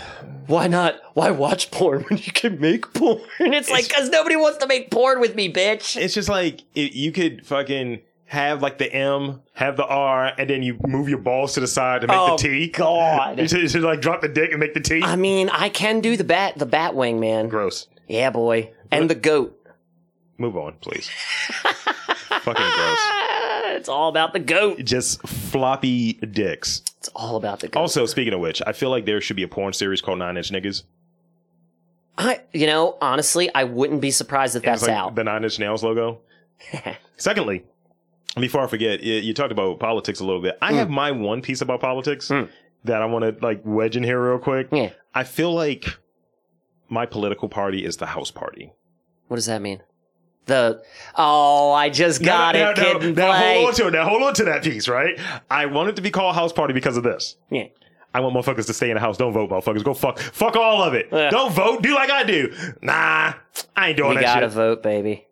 why not? Why watch porn when you can make porn? (laughs) It's like because nobody wants to make porn with me, bitch. It's just like it, you could fucking have like the M, have the R, and then you move your balls to the side to make oh the T. God. (laughs) You should, you should, like drop the dick and make the T. I mean, I can do the bat, the Batwing, man. Gross. Yeah, boy, and the goat. Move on, please. fucking gross. Ah, it's all about the goat. Just floppy dicks. It's all about the goat. Also, speaking of which, I feel like there should be a porn series called Nine Inch Niggas. I, you know, honestly, I wouldn't be surprised if It's that's like out. The Nine Inch Nails (laughs) logo. Secondly, Hmm. before I forget, y- you talked about politics a little bit. I have my one piece about politics. that I want to like wedge in here real quick. Yeah. I feel like my political party is the House Party. What does that mean? The oh, I just got now, it, now, kid and now, now play. hold on to it. Now hold on to that piece, right? I want it to be called House Party because of this. Yeah. I want motherfuckers to stay in the house. Don't vote, motherfuckers. Go fuck, fuck all of it. Yeah. Don't vote. Do like I do. Nah, I ain't doing We that gotta shit. vote, baby.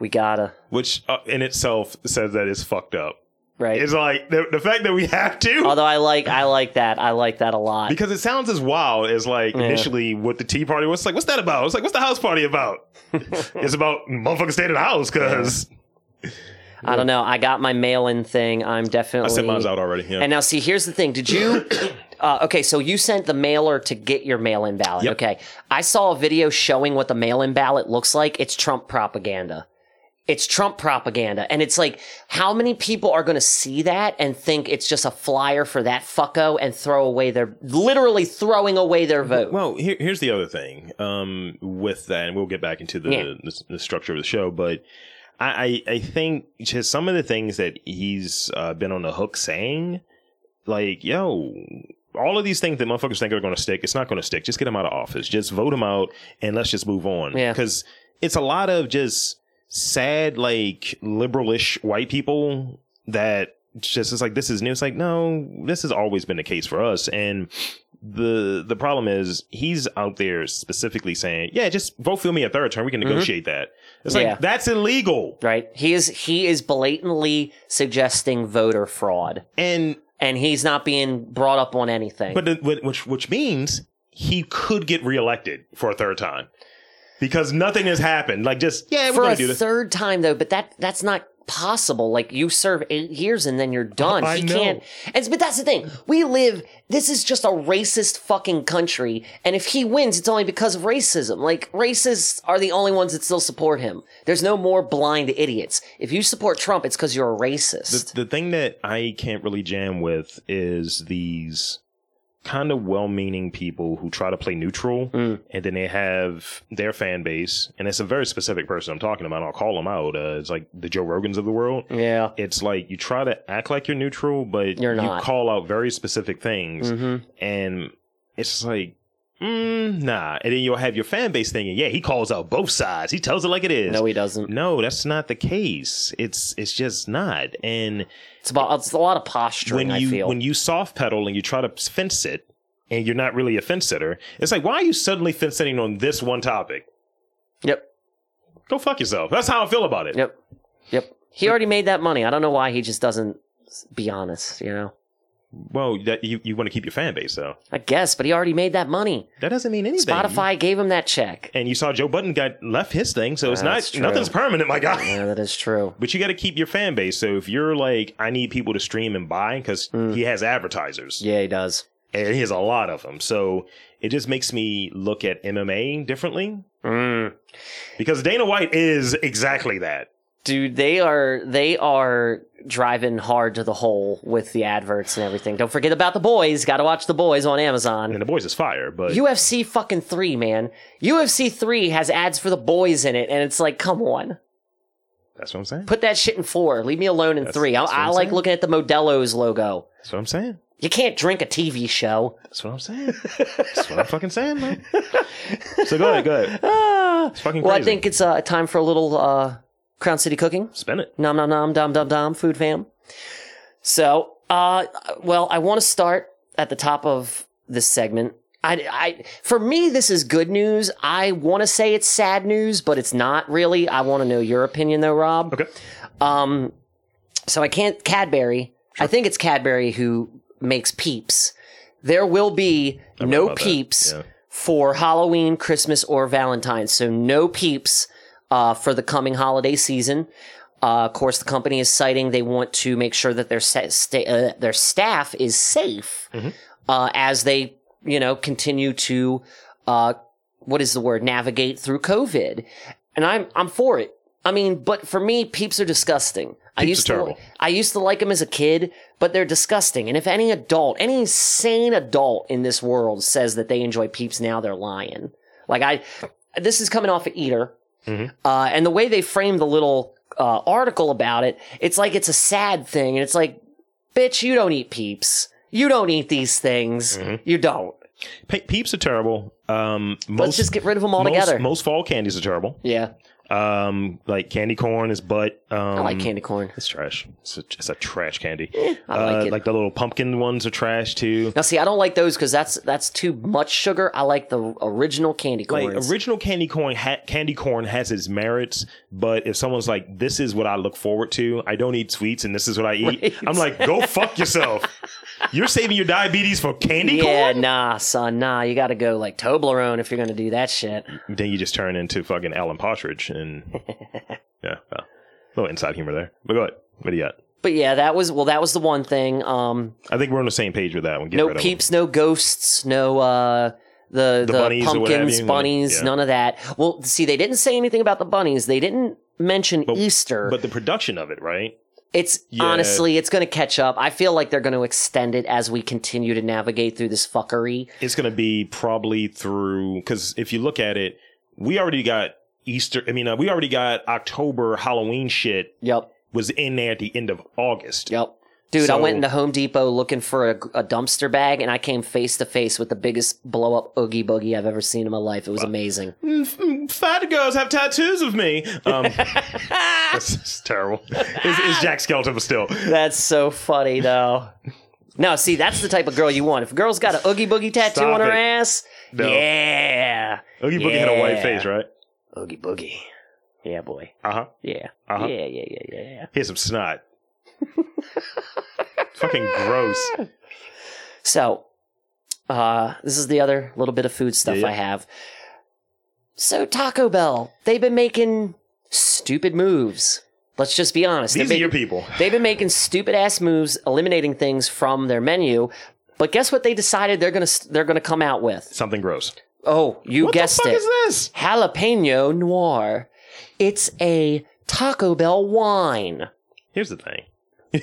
We gotta Which uh, in itself says that it's fucked up. right. It's like the, the fact that we have to. Although I like I like that. I like that a lot. because it sounds as wild as like initially what the Tea Party was. It's like, what's that about? It's like, what's the house party (laughs) about? it's about motherfuckers staying in the house because I don't know. I got my mail in thing. I'm I definitely sent mine out already. Yeah. And now, see, here's the thing. Did you? (coughs) Uh, okay, so you sent the mailer to get your mail-in ballot. Yep. Okay, I saw a video showing what the mail-in ballot looks like. It's Trump propaganda. It's Trump propaganda, and it's like, how many people are going to see that and think it's just a flyer for that fucko and throw away their literally throwing away their vote? Well, here, here's the other thing um, with that, and we'll get back into the, Yeah. the, the structure of the show, but I, I, I think just some of the things that he's uh, been on the hook saying, like, yo, all of these things that motherfuckers think are going to stick, it's not going to stick. Just get him out of office. Just vote him out, and let's just move on. Yeah. Because it's a lot of just sad, like, liberalish white people that just is like, this is new. It's like, no, this has always been the case for us. And the the problem is he's out there specifically saying, yeah, just vote for me a third term. We can negotiate that. It's like Mm-hmm. Yeah. that's illegal. right? He is he is blatantly suggesting voter fraud, And and he's not being brought up on anything. but the, whi- which which means he could get reelected for a third time because nothing has happened. Like just yeah, we're for gonna a do this. third time though but that that's not possible like you serve eight years and then you're done I he know. can't and, but that's the thing we live this is just a racist fucking country and if he wins it's only because of racism like racists are the only ones that still support him there's no more blind idiots if you support trump it's because you're a racist the thing that I can't really jam with is these kind of well-meaning people who try to play neutral Mm. and then they have their fan base and it's a very specific person I'm talking about I'll call them out uh, it's like the Joe Rogans of the world yeah it's like you try to act like you're neutral but Mm. You're you not. call out very specific things mm-hmm. and it's just like mm, nah and then you'll have your fan base thing and yeah he calls out both sides he tells it like it is no he doesn't no that's not the case it's it's just not and it's about it's a lot of posturing when i you feel when you soft pedal and you try to fence it and you're not really a fence sitter it's like why are you suddenly fence sitting on this one topic yep go fuck yourself that's how i feel about it yep yep he already made that money i don't know why he just doesn't be honest you know well that you, you want to keep your fan base though I guess, but he already made that money. that doesn't mean anything Spotify gave him that check. and you saw Joe Button got left his thing, so it's That's not true. nothing's permanent, my guy. (laughs) (laughs) Yeah, that is true. But you got to keep your fan base. So if you're like, I need people to stream and buy because he has advertisers Hmm. Yeah, he does. and he has a lot of them. So it just makes me look at MMA differently Mm. because Dana White is exactly that. Dude, they are they are driving hard to the hole with the adverts and everything. Don't forget about the boys. Got to watch the boys on Amazon. And the boys is fire, but UFC fucking three, man. UFC three has ads for the boys in it, and it's like, come on, that's what I'm saying. put that shit in four. Leave me alone in That's- three. I, that's what I I'm like saying. looking at the Modelo's logo. That's what I'm saying. You can't drink a TV show. That's what I'm saying. that's (laughs) what I'm fucking saying, man. So go ahead, go ahead. Ah. It's fucking crazy. Well, I think it's uh, time for a little uh, Crown City cooking. spin it. Nom nom nom dom dom dom food fam. So, uh, well, I want to start at the top of this segment. I, I, for me, this is good news. I want to say it's sad news, but it's not really. I want to know your opinion though, Rob. Okay. Um, so I can't Cadbury. I think it's Cadbury who makes Peeps. There will be read no about that. Peeps Yeah. for Halloween, Christmas, or Valentine's. So no Peeps uh, for the coming holiday season. Uh, of course, the company is citing they want to make sure that their sa- sta- uh, their staff is safe uh, as they you know continue to uh, what is the word navigate through COVID. And I'm I'm for it. I mean, but for me, peeps are disgusting. I Peeps used are to terrible. I used to like them as a kid, but they're disgusting. And if any adult, any sane adult in this world says that they enjoy peeps now, they're lying. Like I, this is coming off of Eater, Mhm. uh, and the way they frame the little uh, article about it, it's like it's a sad thing, and it's like, bitch, you don't eat peeps. you don't eat these things. Mm-hmm. You don't. Pe- peeps are terrible. Um, most, Let's just get rid of them most, altogether. Most fall candies are terrible. yeah, Um, like candy corn is butt. Um, I like candy corn. It's trash. It's a, it's a trash candy. I like uh, it. like the little pumpkin ones are trash too. Now, see, I don't like those because that's that's too much sugar. I like the original candy Like corn. original candy corn, ha- candy corn has its merits, but if someone's like, "This is what I look forward to," I don't eat sweets, and this is what I eat. Right. I'm like, "Go (laughs) fuck yourself." You're saving your diabetes for candy yeah, corn. nah, son, nah. You got to go like Toblerone if you're gonna do that shit. Then you just turn into fucking Alan Partridge, (laughs) and yeah, well, little inside humor there. But go ahead. What do you got? But yeah, that was well, that was the one thing. Um, I think we're on the same page with that one. Get no rid of them. peeps, no ghosts, no uh the the, bunnies or what have pumpkins, you, like, bunnies, yeah. none of that. Well, see, they didn't say anything about the bunnies. They didn't mention Easter. But the production of it, right? it's Yeah. honestly, it's going to catch up. I feel like they're going to extend it as we continue to navigate through this fuckery. It's going to be probably through because if you look at it, we already got Easter. I mean, uh, we already got October Halloween shit Yep, was in there at the end of August. yep. Dude, I So- went into Home Depot looking for a, a dumpster bag, and I came face to face with the biggest blow up oogie boogie I've ever seen in my life. It was amazing. Mm, f- mm, Fat girls have tattoos of me. (laughs) Um, that's, that's terrible. It's, it's Jack Skeleton still. That's so funny, though. (laughs) No, see, that's the type of girl you want. If a girl's got a oogie boogie tattoo Stop on her it. ass, No. yeah, Oogie Boogie had a white Yeah. face, right? oogie boogie, yeah, boy, Uh huh. yeah, Uh-huh. yeah, yeah, yeah, yeah, yeah. Here's some snot. Fucking (laughs) gross. So, uh, this is the other little bit of food stuff Yeah, yeah. I have. So Taco Bell, they've been making stupid moves. Let's just be honest. These They've are been- your people. (laughs) They've been making stupid ass moves, eliminating things from their menu. But guess what? They decided they're gonna they're gonna come out with. Something gross. Oh, you what guessed the fuck it, is this? jalapeno noir. It's a Taco Bell wine. Here's the thing. (laughs)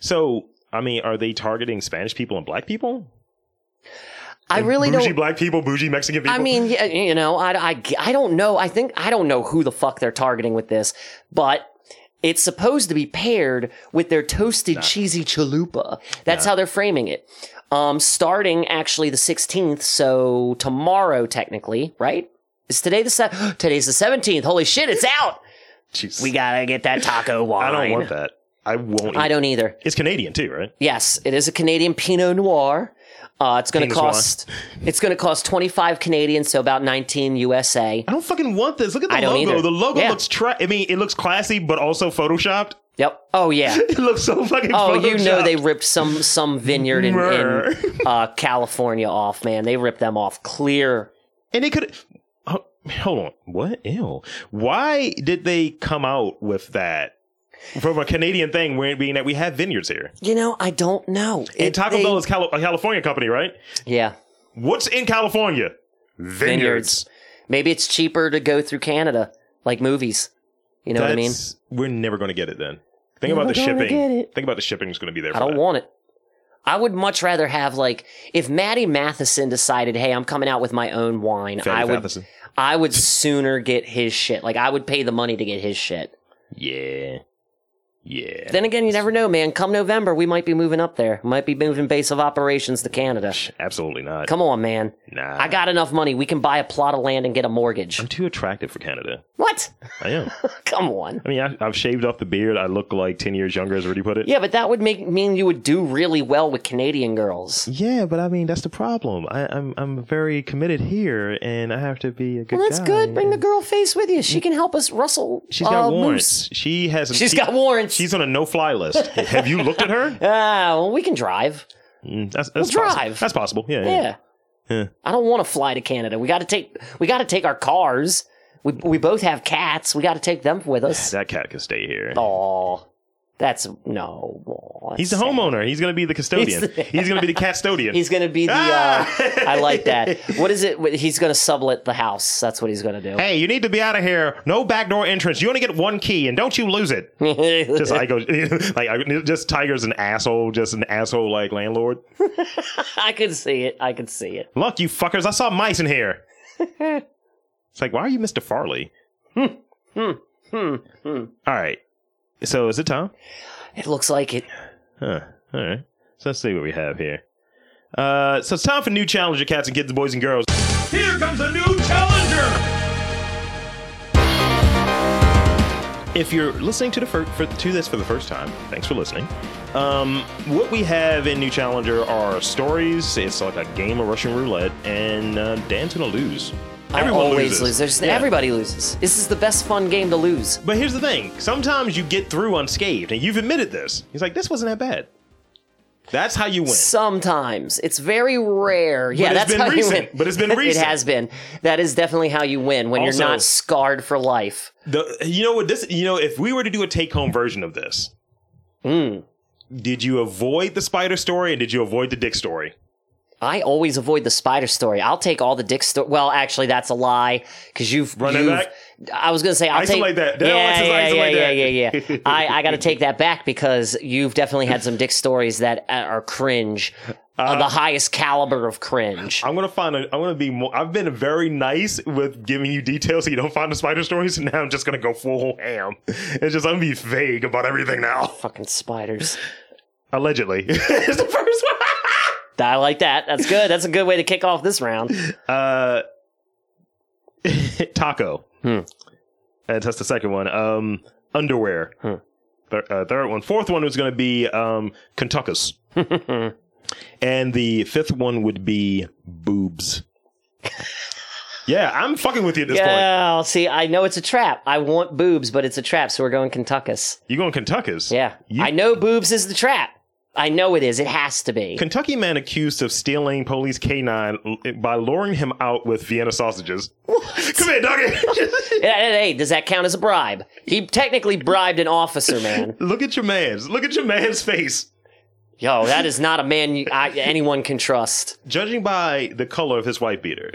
so, I mean, are they targeting Spanish people and black people? I really bougie don't. black people, bougie Mexican people. I mean, yeah, you know, I, I, I don't know. I think I don't know who the fuck they're targeting with this, but it's supposed to be paired with their toasted cheesy chalupa. That's how they're framing it. Um, starting actually the 16th, so tomorrow technically, right? Is today the se- (gasps) today's the 17th? Holy shit, it's out! Jeez. We gotta get that taco (laughs) wine. I don't want that. I won't. I eat- don't either. It's Canadian too, right? Yes, it is a Canadian Pinot Noir. Uh, it's going to Penis wine. cost. It's going to cost twenty five Canadian, so about nineteen USA. I don't fucking want this. Look at the I don't logo. either. The logo Yeah. looks tra- I mean, it looks classy, but also photoshopped. (laughs) Yep. Oh yeah. It looks so fucking. Oh, you know photoshopped. they ripped some some vineyard in, in Brr. uh, California off, man. They ripped them off clear. And they could. Oh, hold on. What? Ew. Why did they come out with that? From a Canadian thing, where being that we have vineyards here, You know, I don't know. and It- Taco they- Bell is Cali- a California company, right? Yeah, What's in California? Vineyards. maybe it's cheaper to go through Canada, like movies. You know what I mean? That's- We're never going to get it then. Think Never about the gonna shipping. get it. Think about the shipping is going to be there. For I don't that. want it. I would much rather have like if Maddie Matheson decided, hey, I'm coming out with my own wine. Fatty I would, Matheson. I would sooner get his shit. Like I would pay the money to get his shit. Yeah, yeah. Then again, you never know, man. Come November, we might be moving up there. Might be moving base of operations to Canada. Absolutely not. Come on, man. nah, I got enough money. We can buy a plot of land and get a mortgage. I'm too attractive for Canada. What? (laughs) I am. Come on. I mean, I, I've shaved off the beard. I look like ten years younger, as Rudy put it. Yeah, but that would make mean you would do really well with Canadian girls. Yeah, but I mean that's the problem. I, I'm I'm very committed here, and I have to be a good. Well, that's guy. good. Bring the girl face with you. She can help us rustle. She's got uh, warrants. moose. She has. She's she- got warrants. She's on a no-fly (laughs) list. have you looked at her? Ah, well, we can drive. Mm, that's, that's We'll possible. drive. That's possible. Yeah. yeah. Yeah. Yeah. I don't want to fly to Canada. We got to take we got to take our cars. We we both have cats. We got to take them with us. That cat can stay here. Oh, that's no. aw, that's He's the sad. homeowner. He's going to be the custodian. (laughs) He's the- He's, going to be the custodian. He's gonna be the. Ah! Uh, I like (laughs) that. What is it? What- He's gonna sublet the house. That's what he's gonna do. hey, you need to be out of here. No backdoor entrance. You only get one key, and don't you lose it. Just I go, like (laughs) I, just Tiger's an asshole. Just an asshole like landlord. (laughs) I can see it. I can see it. Look, you fuckers! I saw mice in (laughs) here. it's like, why are you Mister Farley? Hmm. hmm. All right. So is it time? It looks like it. Huh. All right. So let's see what we have here. Uh, so it's time for new challenger cats and kids, boys and girls. Here comes a new challenger! If you're listening to the fir- for, to this for the first time, thanks for listening. Um, what we have in New Challenger are stories. It's like a game of Russian roulette, and uh, Dan's gonna lose. I always lose. There's, Yeah. Everybody loses. This is the best fun game to lose. But here's the thing: sometimes you get through unscathed, and you've admitted this. He's like, "This wasn't that bad." That's how you win. Sometimes it's very rare. yeah, it's that's been how recent. you win. But it's been (laughs) it recent. has been. That is definitely how you win when Also- you're not scarred for life. The- you know what? This you know, if we were to do a take-home version of this, Hmm. did you avoid the spider story and did you avoid the dick story? I always avoid the spider story. I'll take all the dick story. Well, actually, that's a lie because you've Run it you've- back? I was gonna say I'll Isolate take that. That Yeah, one says yeah, yeah, isolate yeah, that. yeah, yeah. I I (laughs) got to take that back because you've definitely had some dick stories that uh, are cringe, Uh-huh. of the highest caliber of cringe. I'm gonna find. A, I'm gonna be. More, I've been very nice with giving you details so you don't find the spider stories. And now I'm just gonna go full ham. It's just I'm gonna be vague about everything now. (laughs) Fucking spiders. Allegedly, (laughs) it's the first one. I like that. That's good. That's a good way to kick off this round. uh, (laughs) taco. Hmm. Uh, that's the second one. Um, underwear. Hmm. Thir- uh, third one. Fourth one was gonna be um, (laughs) Kentuckus. and the fifth one would be boobs. yeah, I'm fucking with you at this point. Yeah, see, I know it's a trap. I want boobs, but it's a trap, so we're going Kentuckus. You going Kentuckus? Yeah. You- I know boobs is the trap. I know it is. It has to be. Kentucky man accused of stealing police canine l- by luring him out with Vienna sausages. Come here, doggy. (laughs) Hey, hey, does that count as a bribe? He technically bribed an officer, man. Look at your man's. Look at your man's face. Yo, that is not a man you, I, anyone can trust. Judging by the color of his white beater,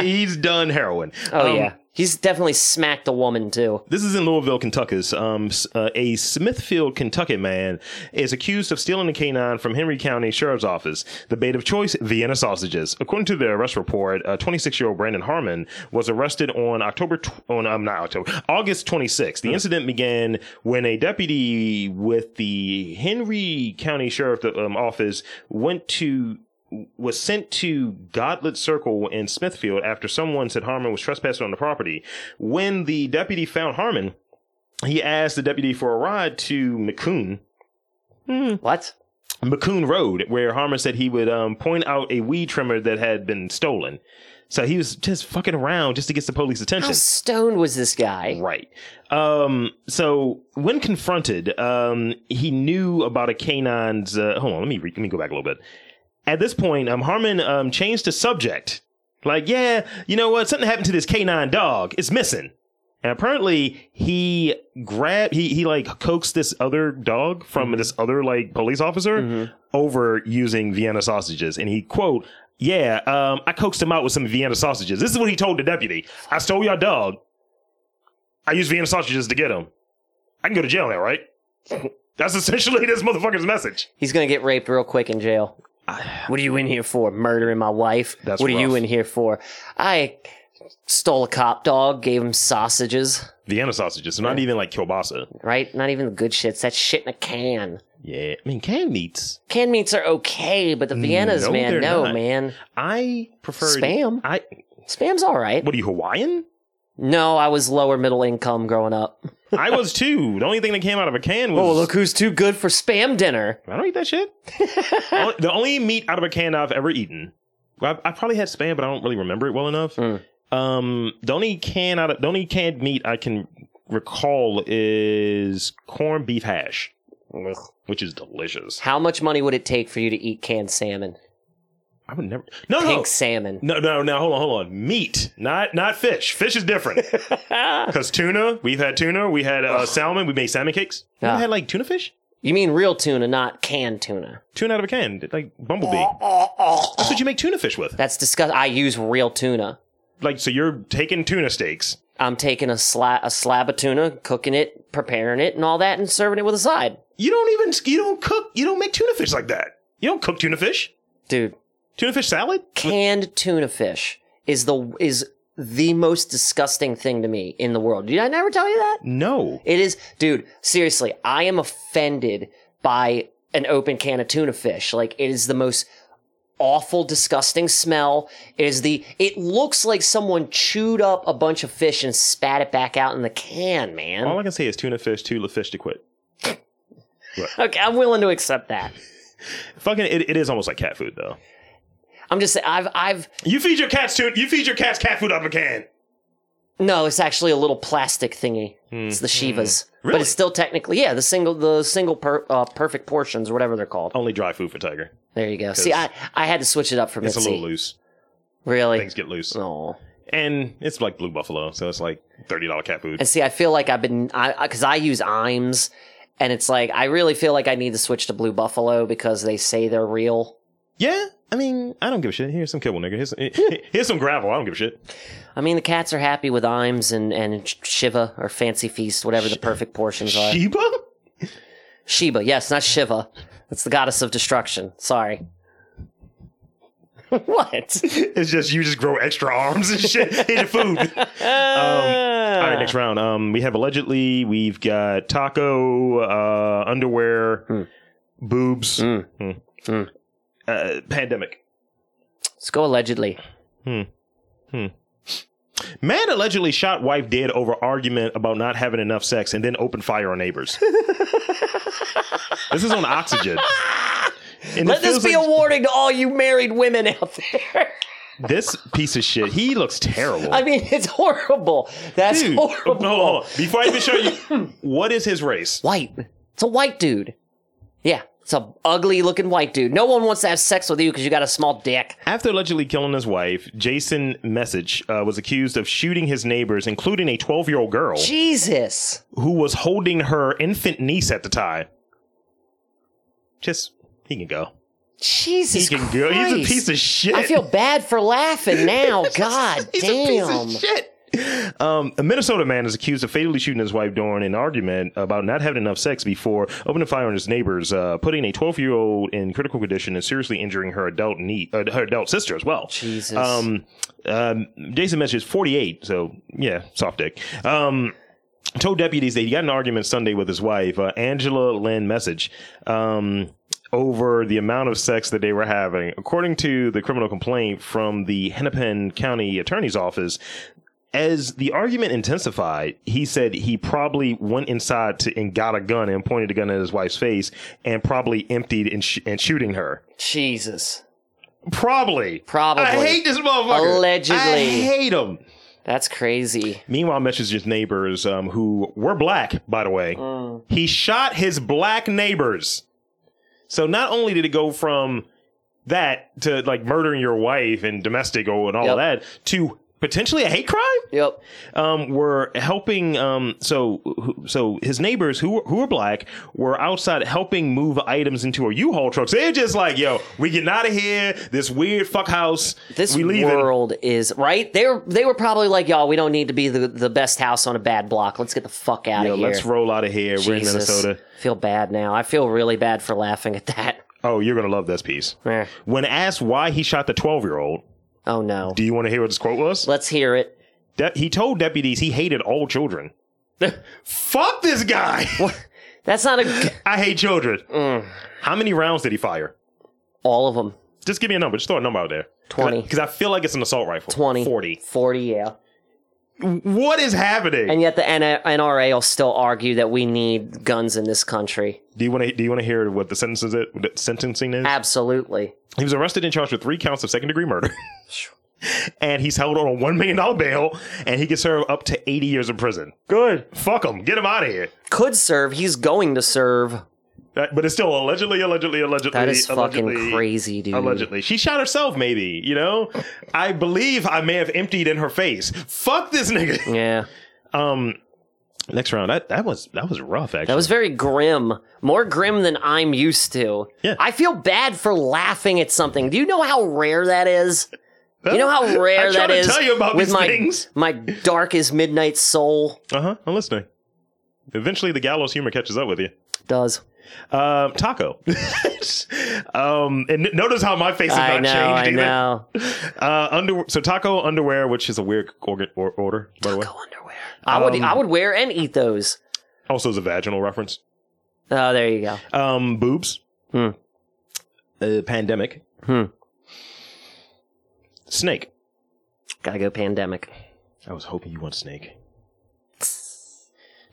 he's done heroin. Oh, Um, yeah. He's definitely smacked a (laughs) woman, too. This is in Louisville, Kentucky. Um, s- uh, a Smithfield, Kentucky man is accused of stealing a canine from Henry County Sheriff's Office. The bait of choice, Vienna sausages. According to the arrest report, 26 year old Brandon Harmon was arrested on October, tw- on, um, not October, August 26th. The incident began when a deputy with the Henry County Sheriff's um, Office went to was sent to Godlet Circle in Smithfield after someone said Harmon was trespassing on the property. When the deputy found Harmon, he asked the deputy for a ride to McCoon, What? McCoon Road, where Harmon said he would um, point out a weed trimmer that had been stolen. So he was just fucking around just to get the police attention. How stoned was this guy? Right. Um, so when confronted, um, he knew about a canine's. Uh, hold on, let me re- let me go back a little bit. At this point, um, Harmon um, changed the subject. Like, yeah, you know what? Something happened to this canine dog. It's missing. And apparently, he grabbed he he like coaxed this other dog from this other like police officer over using Vienna sausages, and he quote. Yeah, um, I coaxed him out with some Vienna sausages. This is what he told the deputy. I stole your dog. I use Vienna sausages to get him. I can go to jail now, right? (laughs) That's essentially this motherfucker's (sighs) message. He's going to get raped real quick in jail. What are you in here for? Murdering my wife? That's what are you rough. in here for? I stole a cop dog, gave him sausages, Vienna sausages, so not even like kielbasa. right? Not even the good shit. It's that shit in a can. Yeah, I mean canned meats. Canned meats are okay, but the Viennas, Mm, No, they're man, no, not. man. I prefer Spam. I Spam's all right. what are you (laughs) Hawaiian? No, I was lower middle income growing up. I was too. The only thing that came out of a can was Oh, look who's too good for spam dinner. I don't eat that (laughs) shit. Only- the only meat out of a can I've ever eaten. I, I probably had spam, but I don't really remember it well enough. Hmm. Um, the only can out of the only canned meat I can recall is corned beef hash, which is delicious. How much money would it take for you to eat canned salmon? I would never. No, Pink no, salmon. (laughs) no, no, no. Hold on, hold on. Meat, not not fish. Fish is (laughs) different. Because tuna, we've had tuna, we had uh, salmon, we made salmon cakes. We Ah. had like tuna fish, You mean real tuna, not canned tuna. tuna out of a can, like bumblebee. That's what you make tuna fish with. That's disgusting. I use real tuna. Like, so you're taking tuna steaks. I'm taking a, sla- a slab of tuna, cooking it, preparing it, and all that, and serving it with a side. You don't even you don't cook. You don't make tuna fish like that. You don't cook tuna fish. Dude, Tuna fish salad. canned tuna fish is the is the most disgusting thing to me in the world. Did I never tell you that? No. It is, dude. Seriously, I am offended by an open can of tuna fish. Like it is the most awful, disgusting smell. It is the it looks like someone chewed up a bunch of fish and spat it back out in the can, man. All I can say is tuna fish, tuna fish to quit. okay, I'm willing to accept that. Fucking, it, it is almost like cat food though. I'm just saying I've I've You feed your cats tuna. You feed your cats cat food out of a can. no, it's actually a little plastic thingy. It's the Shivas. But Hmm. Really? it's still technically yeah, the single the single per, uh, perfect portions or whatever they're called. Only dry food for tiger. There you go. See, I I had to switch it up for It's a Mitzi. little loose. Really? Things get loose, Oh. and it's like blue buffalo, so it's like thirty dollar cat food. And see, I feel like I've been, I because I, use IMS, and it's like I really feel like I need to switch to Blue Buffalo because they say they're real. Yeah, I mean, I don't give a shit. Here's some kibble, nigga. Here's, (laughs) here's some gravel. I don't give a shit. I mean, the cats are happy with IMS and and Shiva or Fancy Feast, whatever the perfect portions are. Sheba? Sheba, yes, not Shiva. It's the goddess of destruction. Sorry. (laughs) what? (laughs) It's just you just grow extra arms and shit (laughs) in your food. Um, all right, next round. Um, we have allegedly we've got taco, uh, underwear, boobs, Mm. Hmm. Mm. Uh, pandemic. Let's go allegedly. Man allegedly shot wife dead over argument about not having enough sex and then opened fire on neighbors. this is on oxygen. And Let it this feels be like- a warning to all you married women out there. (laughs) this piece of shit. He looks terrible. I mean, it's horrible. That's Dude, (laughs) horrible. hold on, hold on. Before I even show (laughs) you, what is his race? white. It's a white dude. Yeah, it's a ugly looking white dude. No one wants to have sex with you because you got a small dick. After allegedly killing his wife, Jason Message uh, was accused of shooting his neighbors, including a 12 year old girl Jesus. who was holding her infant niece at the time. Just, he can go. He Jesus can Christ. go. He's a piece of shit. I feel bad for laughing now. God (laughs) He's a damn. piece of shit. Um, a Minnesota man is accused of fatally shooting his wife during an argument about not having enough sex before opening fire on his neighbors, uh, putting a 12 year old in critical condition and seriously injuring her adult knee, uh, her adult sister as well. Jesus. Um, um, Jason Mesh is 48, so yeah, soft dick. Um, told deputies that he got in an argument Sunday with his wife, uh, Angela Lynn Message, um, over the amount of sex that they were having. According to the criminal complaint from the Hennepin County Attorney's Office, as the argument intensified, he said he probably went inside to, and got a gun and pointed a gun at his wife's face and probably emptied and, sh- and shooting her. Jesus. Probably. Probably. I hate this motherfucker. Allegedly. I hate him. That's crazy. Meanwhile, Mitch's neighbors, um, who were black, by the way, Mm. he shot his black neighbors. So not only did it go from that to like murdering your wife and domestic and all Yep. that to potentially a hate crime Yep. um, were helping. Um, so, who- so his neighbors who were- who were black were outside helping move items into a U-Haul truck. So they're just like, "Yo, we getting out of here. This weird fuck house. This we leaving." world is right. They were they were probably like, y'all, we don't need to be the, the best house on a bad block. Let's get the fuck out Yo, of here. let's roll out of here. We're in Jesus. Minnesota. Feel bad now. I feel really bad for laughing at that. (laughs) Oh, you're gonna love this piece. Eh. When asked why he shot the 12 year old, Oh no. do you want to hear what this quote was? Let's hear it. De- he told deputies he hated all children. Fuck this guy. That's (laughs) not a I hate children. How many rounds did he fire? all of them. Just give me a number. Just throw a number out there. 20. Because I feel like it's an assault rifle. 20. 40. 40, yeah. What is happening? And yet the N- NRA will still argue that we need guns in this country. do you want to do you want to hear what the sentence is? What the sentencing is? Absolutely. He was arrested and charged with three counts of second degree murder. and he's held on a one million dollar bail, and he can serve up to eighty years in prison. Good. Fuck him. Get him out of here. Could serve. He's going to serve. That- but it's still allegedly, allegedly, allegedly. That is fucking allegedly, crazy, dude. Allegedly, she shot herself. Maybe you know. I believe I may have emptied in her face. Fuck this nigga. (laughs) Yeah. Um, next round. That that was that was rough. Actually, That was very grim. More grim than I'm used to. Yeah. I feel bad for laughing at something. Do you know how rare that is? You know how rare I try that to is tell you about with these my things. my dark as midnight soul Uh huh. I'm listening. Eventually, the gallows humor catches up with you. does. Um, (laughs) taco. um, and n- notice how my face has I not know, I changed either. know. Uh, under so taco underwear, which is a weird organ or, order, by the way. Go underwear. I would Um, I would wear and eat those. Also, is a vaginal reference. Oh, there you go. Um, boobs. Hmm. Uh, pandemic. Hmm. Snake. Gotta go pandemic. I was hoping you want Snake.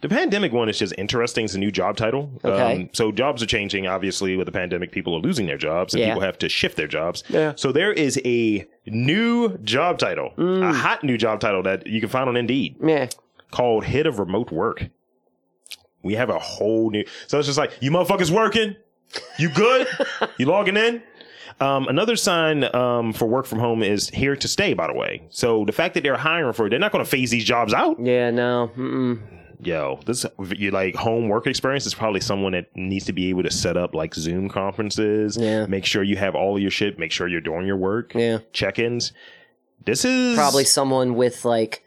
The pandemic one is just interesting. It's a new job title. Um, Okay. so jobs are changing. Obviously, with the pandemic, people are losing their jobs and Yeah. people have to shift their jobs. Yeah. So there is a new job title, Mm. a hot new job title that you can find on Indeed Yeah. called Head of Remote Work. We have a whole new. So it's just like, you motherfuckers working? You (laughs) good? you logging in? Um, another sign um, for work from home is here to stay, by the way. So the fact that they're hiring for it, they're not going to phase these jobs out Yeah, no. Mm-mm. yo, this you like home work experience is probably someone that needs to be able to set up like Zoom conferences. Yeah. Make sure you have all your shit. Make sure you're doing your work. Yeah. Check-ins. This is Probably someone with like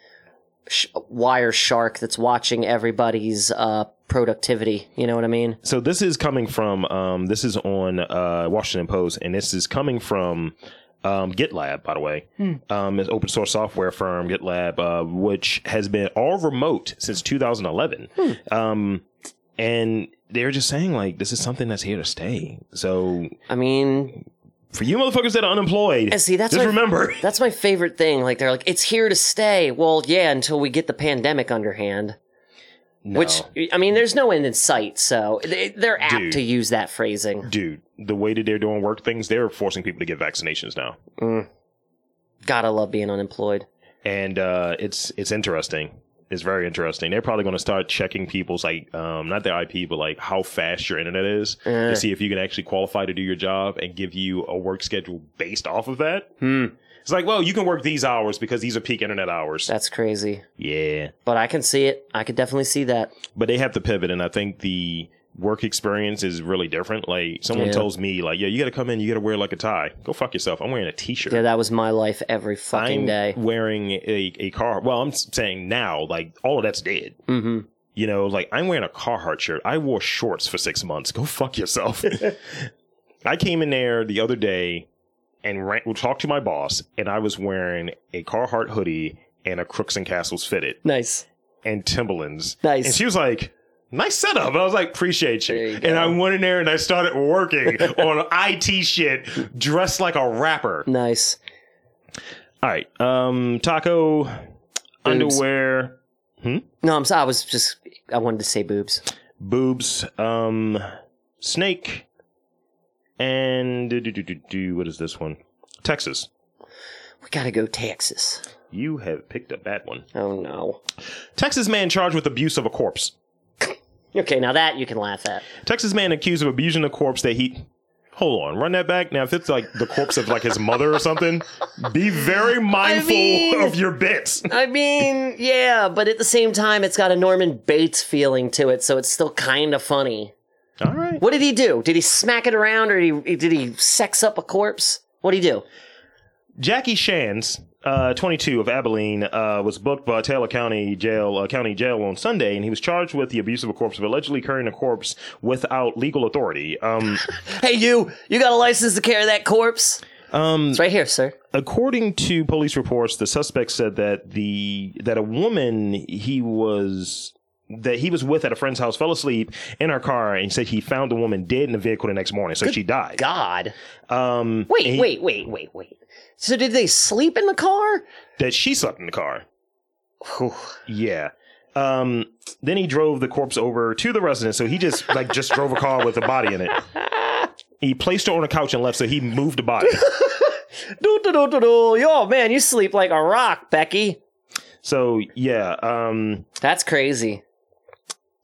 sh- wire shark that's watching everybody's uh, productivity. You know what I mean? so. This is coming from um. This is on uh Washington Post, and this is coming from. Um, GitLab, by the way, um, is open source software firm GitLab, uh, which has been all remote since 2011. Um, and they're just saying like this is something that's here to stay. So I mean, for you motherfuckers that are unemployed, And see, that's just what- remember. (laughs) that's my favorite thing. Like they're like, it's here to stay. Well, yeah, until we get the pandemic underhand. Which I mean, there's no end in sight, so they, they're apt Dude. to use that phrasing. dude, the way that they're doing work things, they're forcing people to get vaccinations now, Gotta love being unemployed. and uh, it's it's interesting. It's very interesting. They're probably going to start checking people's like, um, not their IP, but like how fast your internet is Uh. to see if you can actually qualify to do your job and give you a work schedule based off of that. Hmm. It's like, well, you can work these hours because these are peak internet hours. That's crazy. Yeah, But I can see it. I could definitely see that. but they have to pivot, and I think the work experience is really different. Like someone Yeah. tells me, like, yeah, you got to come in, you got to wear like a tie. Go fuck yourself. I'm wearing a t-shirt. Yeah, that was my life every fucking I'm day. wearing a, a car. Well, I'm s- saying now, like all of that's dead. hmm You know, like I'm wearing a Carhartt shirt. I wore shorts for six months. Go fuck (laughs) yourself. I came in there the other day and ran, talked to my boss, and I was wearing a Carhartt hoodie and a Crooks and Castles fitted Nice. and Timberlands. Nice. And she was like, nice setup. I was like, appreciate you. There you and go. I went in there and I started (laughs) working on IT shit dressed like a rapper. Nice. All right. Um, taco, underwear, No, I'm sorry. I was just. I wanted to say boobs. boobs, um, snake, and do, do, do, do, do, what is this one? Texas. We gotta go Texas. You have picked a bad one. Oh no. Texas man charged with abuse of a corpse. Okay, now that you can laugh at. Texas man accused of abusing a corpse that he. Hold on, run that back. Now, if it's like the corpse of like his mother or something, be (laughs) very mindful mean- of your bits. I mean, yeah, but at the same time, it's got a Norman Bates feeling to it, so it's still kind of funny. (laughs) All right. What did he do? Did he smack it around, or did he, did he sex up a corpse? What did he do? Jackie Shans, uh, 22 of Abilene, uh, was booked by Taylor County Jail, uh, County Jail on Sunday, and he was charged with the abuse of a corpse of allegedly carrying a corpse without legal authority. (laughs) Um, Hey, you! You got a license to carry that corpse? um, It's right here, sir. according to police reports, the suspect said that the that a woman he was that he was with at a friend's house fell asleep in her car and said he found the woman dead in the vehicle the next morning, so she died. God. Um, Wait, and he- wait, wait, wait, wait. So did they sleep in the car? that she slept in the car. Whew. Yeah. Um, then he drove the corpse over to the residence. So he just like just drove a car with a body in it. He placed her on a couch and left. So he moved the body. Do do do do do. Yo, man, you sleep like a rock, Becky. So yeah, um, That's crazy.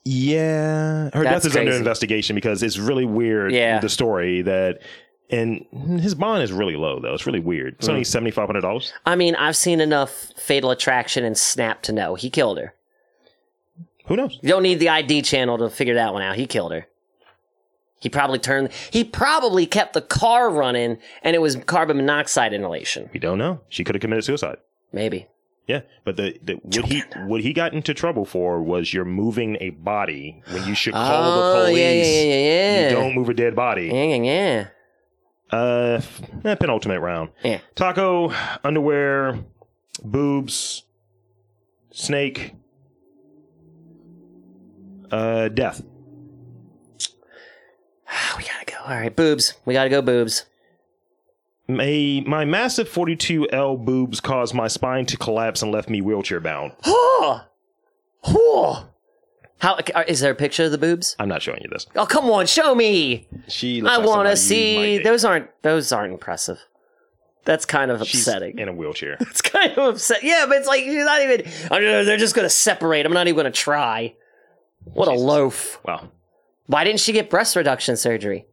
yeah, her That's death is under crazy. investigation because it's really weird. Yeah. the story that. And his bond is really low, though. It's really weird. It's Mm. only seventy five hundred dollars. I mean, I've seen enough Fatal Attraction and Snap to know he killed her. Who knows? You don't need the ID channel to figure that one out. He killed her. He probably turned. He probably kept the car running, and it was carbon monoxide inhalation. We don't know. She could have committed suicide. Maybe. Yeah, but the, the what he what he got into trouble for was you're moving a body when you should call the Oh, police. yeah, yeah, yeah, yeah, yeah. You don't move a dead body. Yeah, yeah, yeah. Uh, eh, penultimate round. Yeah. Taco, underwear, boobs, snake, uh, death. Ah, we gotta go. All right, boobs. We got to go boobs. My, my massive 42L boobs caused my spine to collapse and left me wheelchair (gasps) bound. How uh, is there a picture of the boobs? I'm not showing you this. Oh, come on, show me. She. looks I like want somebody you might to see. date. Those aren't those aren't impressive. That's kind of She's upsetting. in a wheelchair. It's kind of upset. Yeah, but it's like you're not even. I don't know, they're just going to separate. I'm not even going to try. What a loaf. Wow. Why didn't she get breast reduction surgery?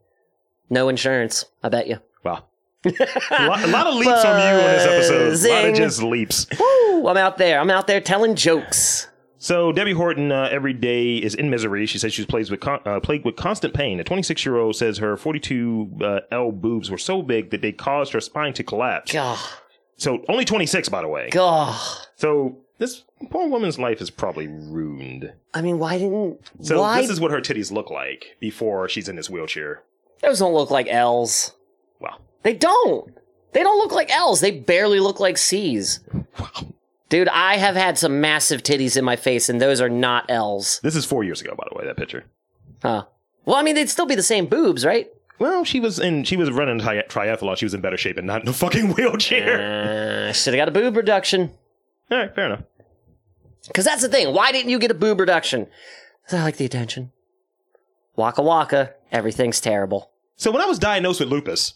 No insurance. I bet you. (laughs) Wow. a, lot, a lot of leaps on you on this episode. A lot Buzzing. of just leaps. Woo! I'm out there. I'm out there telling jokes. So Debbie Horton uh, every day is in misery. She says she was plagued with con- uh, plagued with constant pain. A 26 year old says her 42 uh, L boobs were so big that they caused her spine to collapse. Gah. So only 26, by the way. Gah. So this poor woman's life is probably ruined. I mean, why didn't. So why? this is what her titties look like before she's in this wheelchair. those don't look like L's. Wow. They don't. They don't look like L's. They barely look like C's. Dude, I have had some massive titties in my face, and those are not L's. This is four years ago, by the way, that picture. Huh. Well, I mean, they'd still be the same boobs, right? Well, she was in. She was running tri- triathlon. She was in better shape and not in a fucking (laughs) wheelchair. Uh, Should have got a boob reduction. All right, fair enough. Because that's the thing. Why didn't you get a boob reduction? 'Cause I like the attention. Waka waka. Everything's terrible. (laughs) So when I was diagnosed with lupus,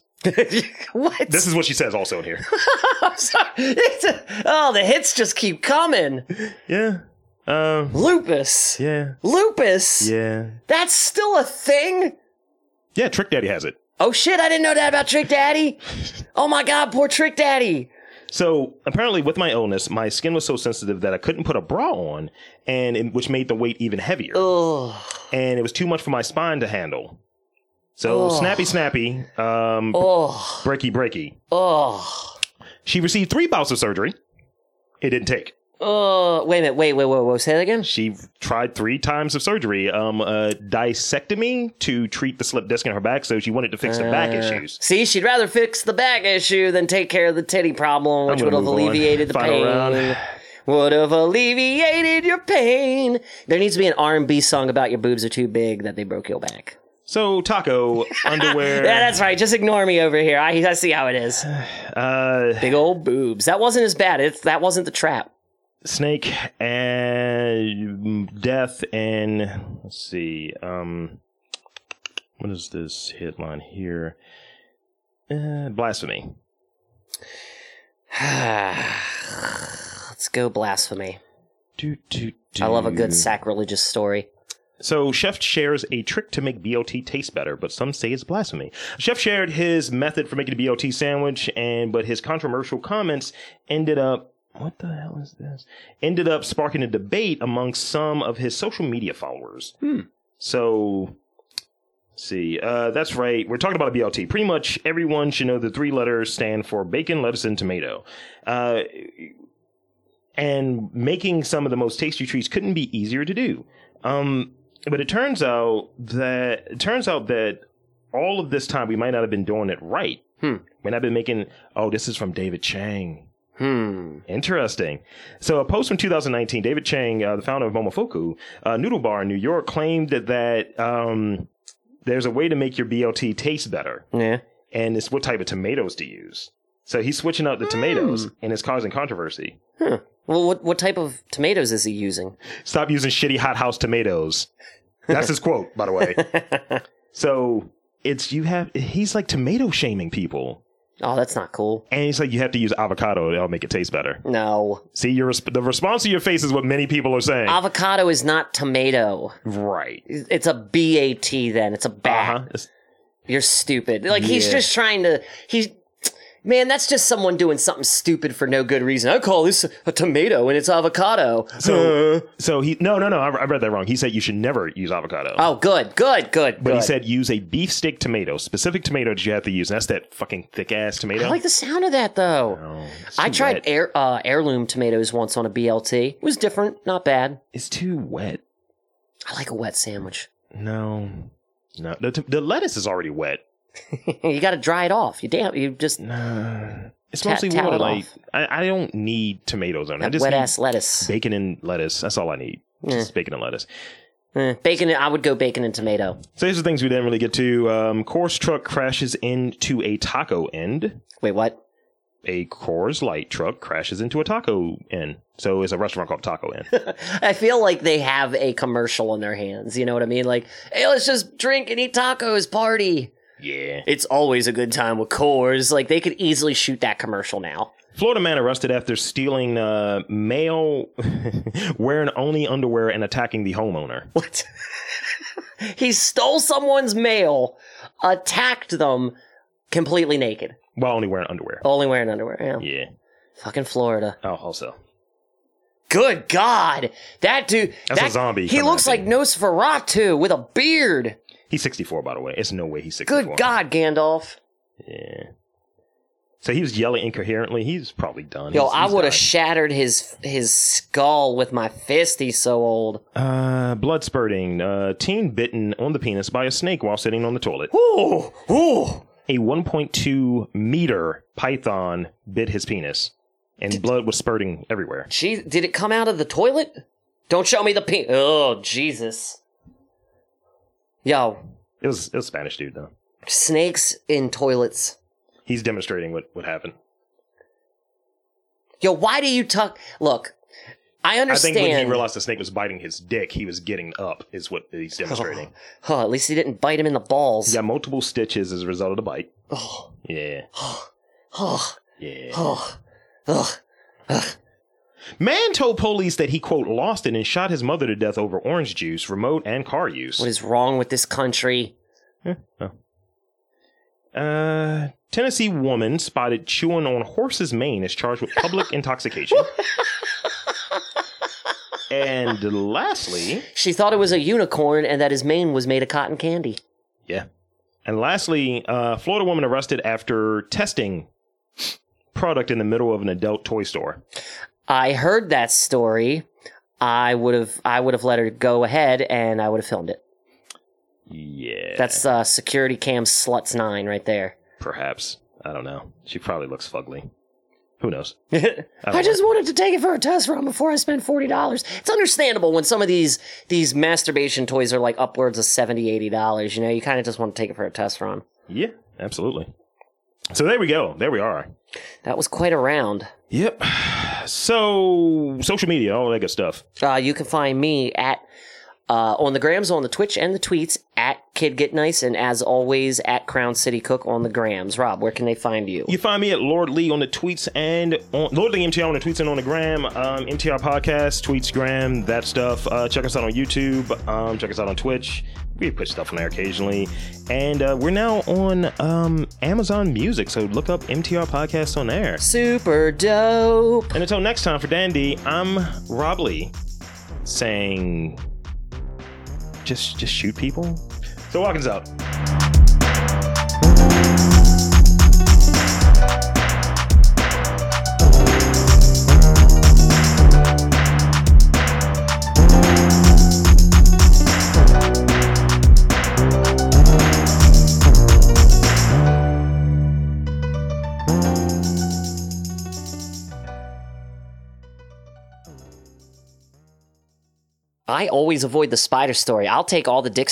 what? this is what she says also in here. (laughs) I'm sorry. It's a- oh, the hits just keep coming. yeah. Um. Lupus. Yeah. Lupus. Yeah. That's still a thing? Yeah. Trick Daddy has it. Oh shit, I didn't know that about Trick Daddy. Oh my god, poor Trick Daddy. So apparently, with my illness, my skin was so sensitive that I couldn't put a bra on, and it, which made the weight even heavier. Ugh. and it was too much for my spine to handle. So Oh. snappy, snappy, um, Oh. breaky, breaky. Oh. She received three bouts of surgery. It didn't take. Oh. Wait a minute. Wait, wait, wait, wait. Say that again? She tried three times of surgery, um, a dissectomy to treat the slip disc in her back. So she wanted to fix the back Uh, issues. See, she'd rather fix the back issue than take care of the titty problem, which I'm would gonna move have on. alleviated the Final pain. round. Would have alleviated your pain. There needs to be an R and B song about your boobs are too big that they broke your back. So (laughs) taco underwear. Yeah, that's right. Just ignore me over here. I, I see how it is. uh, Big old boobs. That wasn't as bad. It's that wasn't the trap. snake and death and let's see um what is this headline here uh, blasphemy (sighs) Let's go blasphemy. do, do, do. I love a good sacrilegious story. so chef shares a trick to make bot taste better but some say it's blasphemy chef shared his method for making a bot sandwich and but his controversial comments ended up what the hell is this ended up sparking a debate among some of his social media followers So, let's see, uh, that's right. We're talking about a BLT. Pretty much everyone should know the three letters stand for bacon, lettuce, and tomato. Uh, and making some of the most tasty treats couldn't be easier to do. Um, but it turns out that it turns out that all of this time we might not have been doing it right. Hmm. When I've been making, oh, this is from David Chang. Hmm. Interesting. So, a post from 2019, David Chang, uh, the founder of Momofuku uh, Noodle Bar in New York, claimed that, that um, there's a way to make your BLT taste better, Yeah. and it's what type of tomatoes to use. So he's switching out the tomatoes, and it's causing controversy. Well, what what type of tomatoes is he using? Stop using shitty hothouse tomatoes. That's his quote, by the way. (laughs) So it's you have he's like tomato shaming people, Oh, that's not cool. and he's like you have to use avocado; it'll make it taste better. No, See, your resp- the response to your face is what many people are saying. avocado is not tomato. right. It's a BAT. Then it's a bat. Uh-huh. You're stupid. Like he's Yeah. just trying to. He's man. That's just someone doing something stupid for no good reason. I call this a tomato and it's avocado. So, Uh-huh. so he no no no I, I read that wrong. He said you should never use avocado. oh, good, good, good. but good. he said use a beef stick tomato, specific tomato that you have to use. And that's that fucking thick ass tomato. I like the sound of that though. Oh, it's I too tried wet. air, uh, heirloom tomatoes once on a BLT. It was different, not bad. It's too wet. I like a (laughs) wet sandwich. No, no. The, the lettuce is already wet. you got to dry it off. You damn, you just No, it's Ta- mostly towel water. it Like off. I, I don't need tomatoes on it. I that just wet need (laughs) ass lettuce. bacon and lettuce. That's all I need. Just bacon and lettuce. Eh, bacon. I would go bacon and tomato. So these are things we didn't really get to. Um, Coors truck crashes into a taco end. Wait, what? A Coors Light truck crashes into a taco end. So it's a restaurant called Taco (laughs) Inn. I feel like they have a commercial in their hands. You know what I mean? Like, hey, let's just drink and eat tacos, party. yeah. It's always a good time with Coors. Like they could easily shoot that commercial now. (laughs) Florida man arrested after stealing uh, mail, (laughs) wearing only underwear, and attacking the homeowner. What? (laughs) he stole someone's mail, attacked them completely naked, While only wearing underwear. only wearing underwear. Yeah. Yeah. Fucking Florida. Oh, also. Good God. That dude. That's that, a zombie He coming looks at like you. Nosferatu with a beard. He's 64, by the way. It's no way he's 64. Good God, Gandalf. Yeah. So he was yelling incoherently. He's probably done. Yo, He's- I he's would have died. shattered his his skull with my fist. He's so old. uh, blood spurting. Uh, teen bitten on the penis by a snake while sitting on the toilet. Ooh, ooh. A 1.2 meter python bit his penis, and blood was spurting everywhere. Gee, did it come out of the toilet? Don't show me the pink. Oh, Jesus. Yo, It was it was Spanish dude though. snakes in toilets. He's demonstrating what what happened. Yo, why do you tuck? Look, I I understand. think when he realized the snake was biting his dick, he was getting up. Is what he's (sighs) demonstrating. Oh, at least he didn't bite him in the He balls. got multiple stitches as a result of the bite. Oh, Yeah, oh, yeah. oh, oh. Man told police that he quote lost it and shot his mother to death over orange juice, remote, and car use. What is wrong with this country? Uh, Tennessee woman spotted chewing on horse's mane is charged with (laughs) public intoxication. and lastly, She thought it was a unicorn and that his mane was made of cotton candy. yeah. And lastly, uh, Florida woman arrested after testing product in the middle of an adult toy store. I heard that story. I would have, I would have let her go ahead, and I would have filmed it. Yeah. That's uh, security cam sluts nine right there. perhaps. I don't know. She probably looks fugly. Who knows? I just wanted to take it for a test run before I spent forty dollars. It's understandable when some of these these masturbation toys are like upwards of 70 dollars. You know, you kind of just want to take it for a test run. Yeah, absolutely. So there we go. There we are. That was quite a round. Yep. So social media, all that good stuff. Uh, you can find me at uh, on the grams, on the Twitch and the tweets at Kid Get Nice, and as always at Crown City Cook on the grams. Rob, where can they find you? You find me at Lord Lee on the tweets and on Lord Lee MTR on the tweets and on the gram. Um, MTR podcast, tweets, gram, that stuff. Uh, check us out on YouTube. Um, check us out on Twitch. We put stuff on there occasionally, and uh, we're now on um, Amazon Music. So look up MTR podcast on there. Super dope. And until next time, for Dandy, I'm Rob Lee, saying, just just shoot people. So Watkins out. I always avoid the spider story. I'll take all the dick